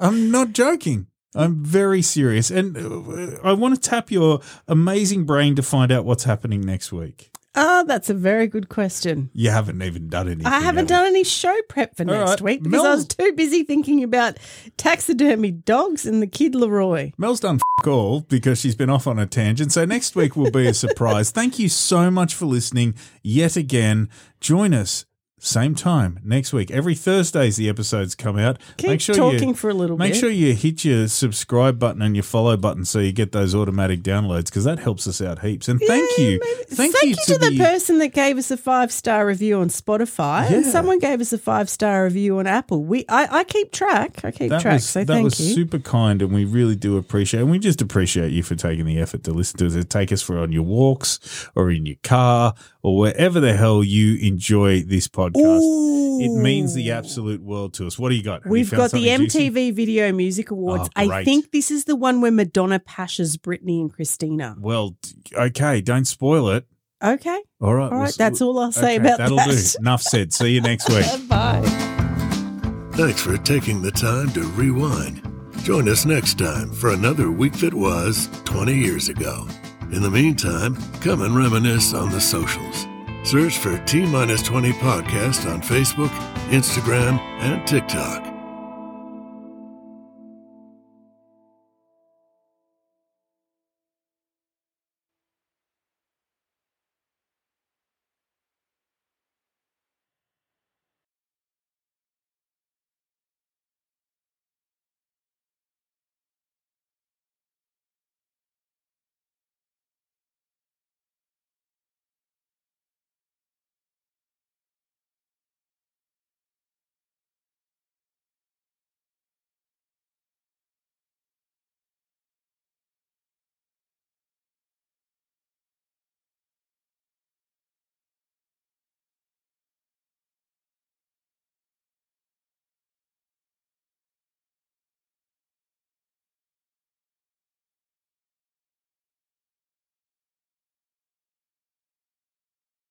I'm not joking. I'm very serious. And uh, I want to tap your amazing brain to find out what's happening next week.
Ah, that's a very good question.
You haven't even done anything.
I haven't done any show prep for
All
next
right.
week because I
Mel-
was too busy thinking about taxidermy dogs and the kid Leroy.
Mel's done f- all because she's been off on a tangent. So next week will be a surprise. Thank you so much for listening yet again. Join us same time next week. Every Thursdays the episodes come out.
Keep talking for a little
Make
bit.
sure you hit your subscribe button and your follow button so you get those automatic downloads because that helps us out heaps. And thank you.
Thank, you, to, the, person that gave us a five star review on Spotify, and
Yeah.
someone gave us a five star review on Apple. We, I, I keep track. I keep track.
was,
so
that
thank
was
you.
super kind, and we really do appreciate. And we just appreciate you for taking the effort to listen to us. Take us for on your walks or in your car or wherever the hell you enjoy this podcast. It means the absolute world to us. What do you got? Have you
We've
found
got the
something
MTV
juicy?
Video Music Awards.
Oh,
I
great.
think this is the one where Madonna pashes Britney and Christina.
Well, okay, don't spoil it.
Okay.
All right.
All
we'll
right,
s-
that's all I'll say
okay,
about
that'll
that.
do. Enough said. See you next week.
Thanks for taking the time to rewind. Join us next time for another week that was 20 years ago. In the meantime, come and reminisce on the socials. Search for T 20 Podcast on Facebook, Instagram, and TikTok.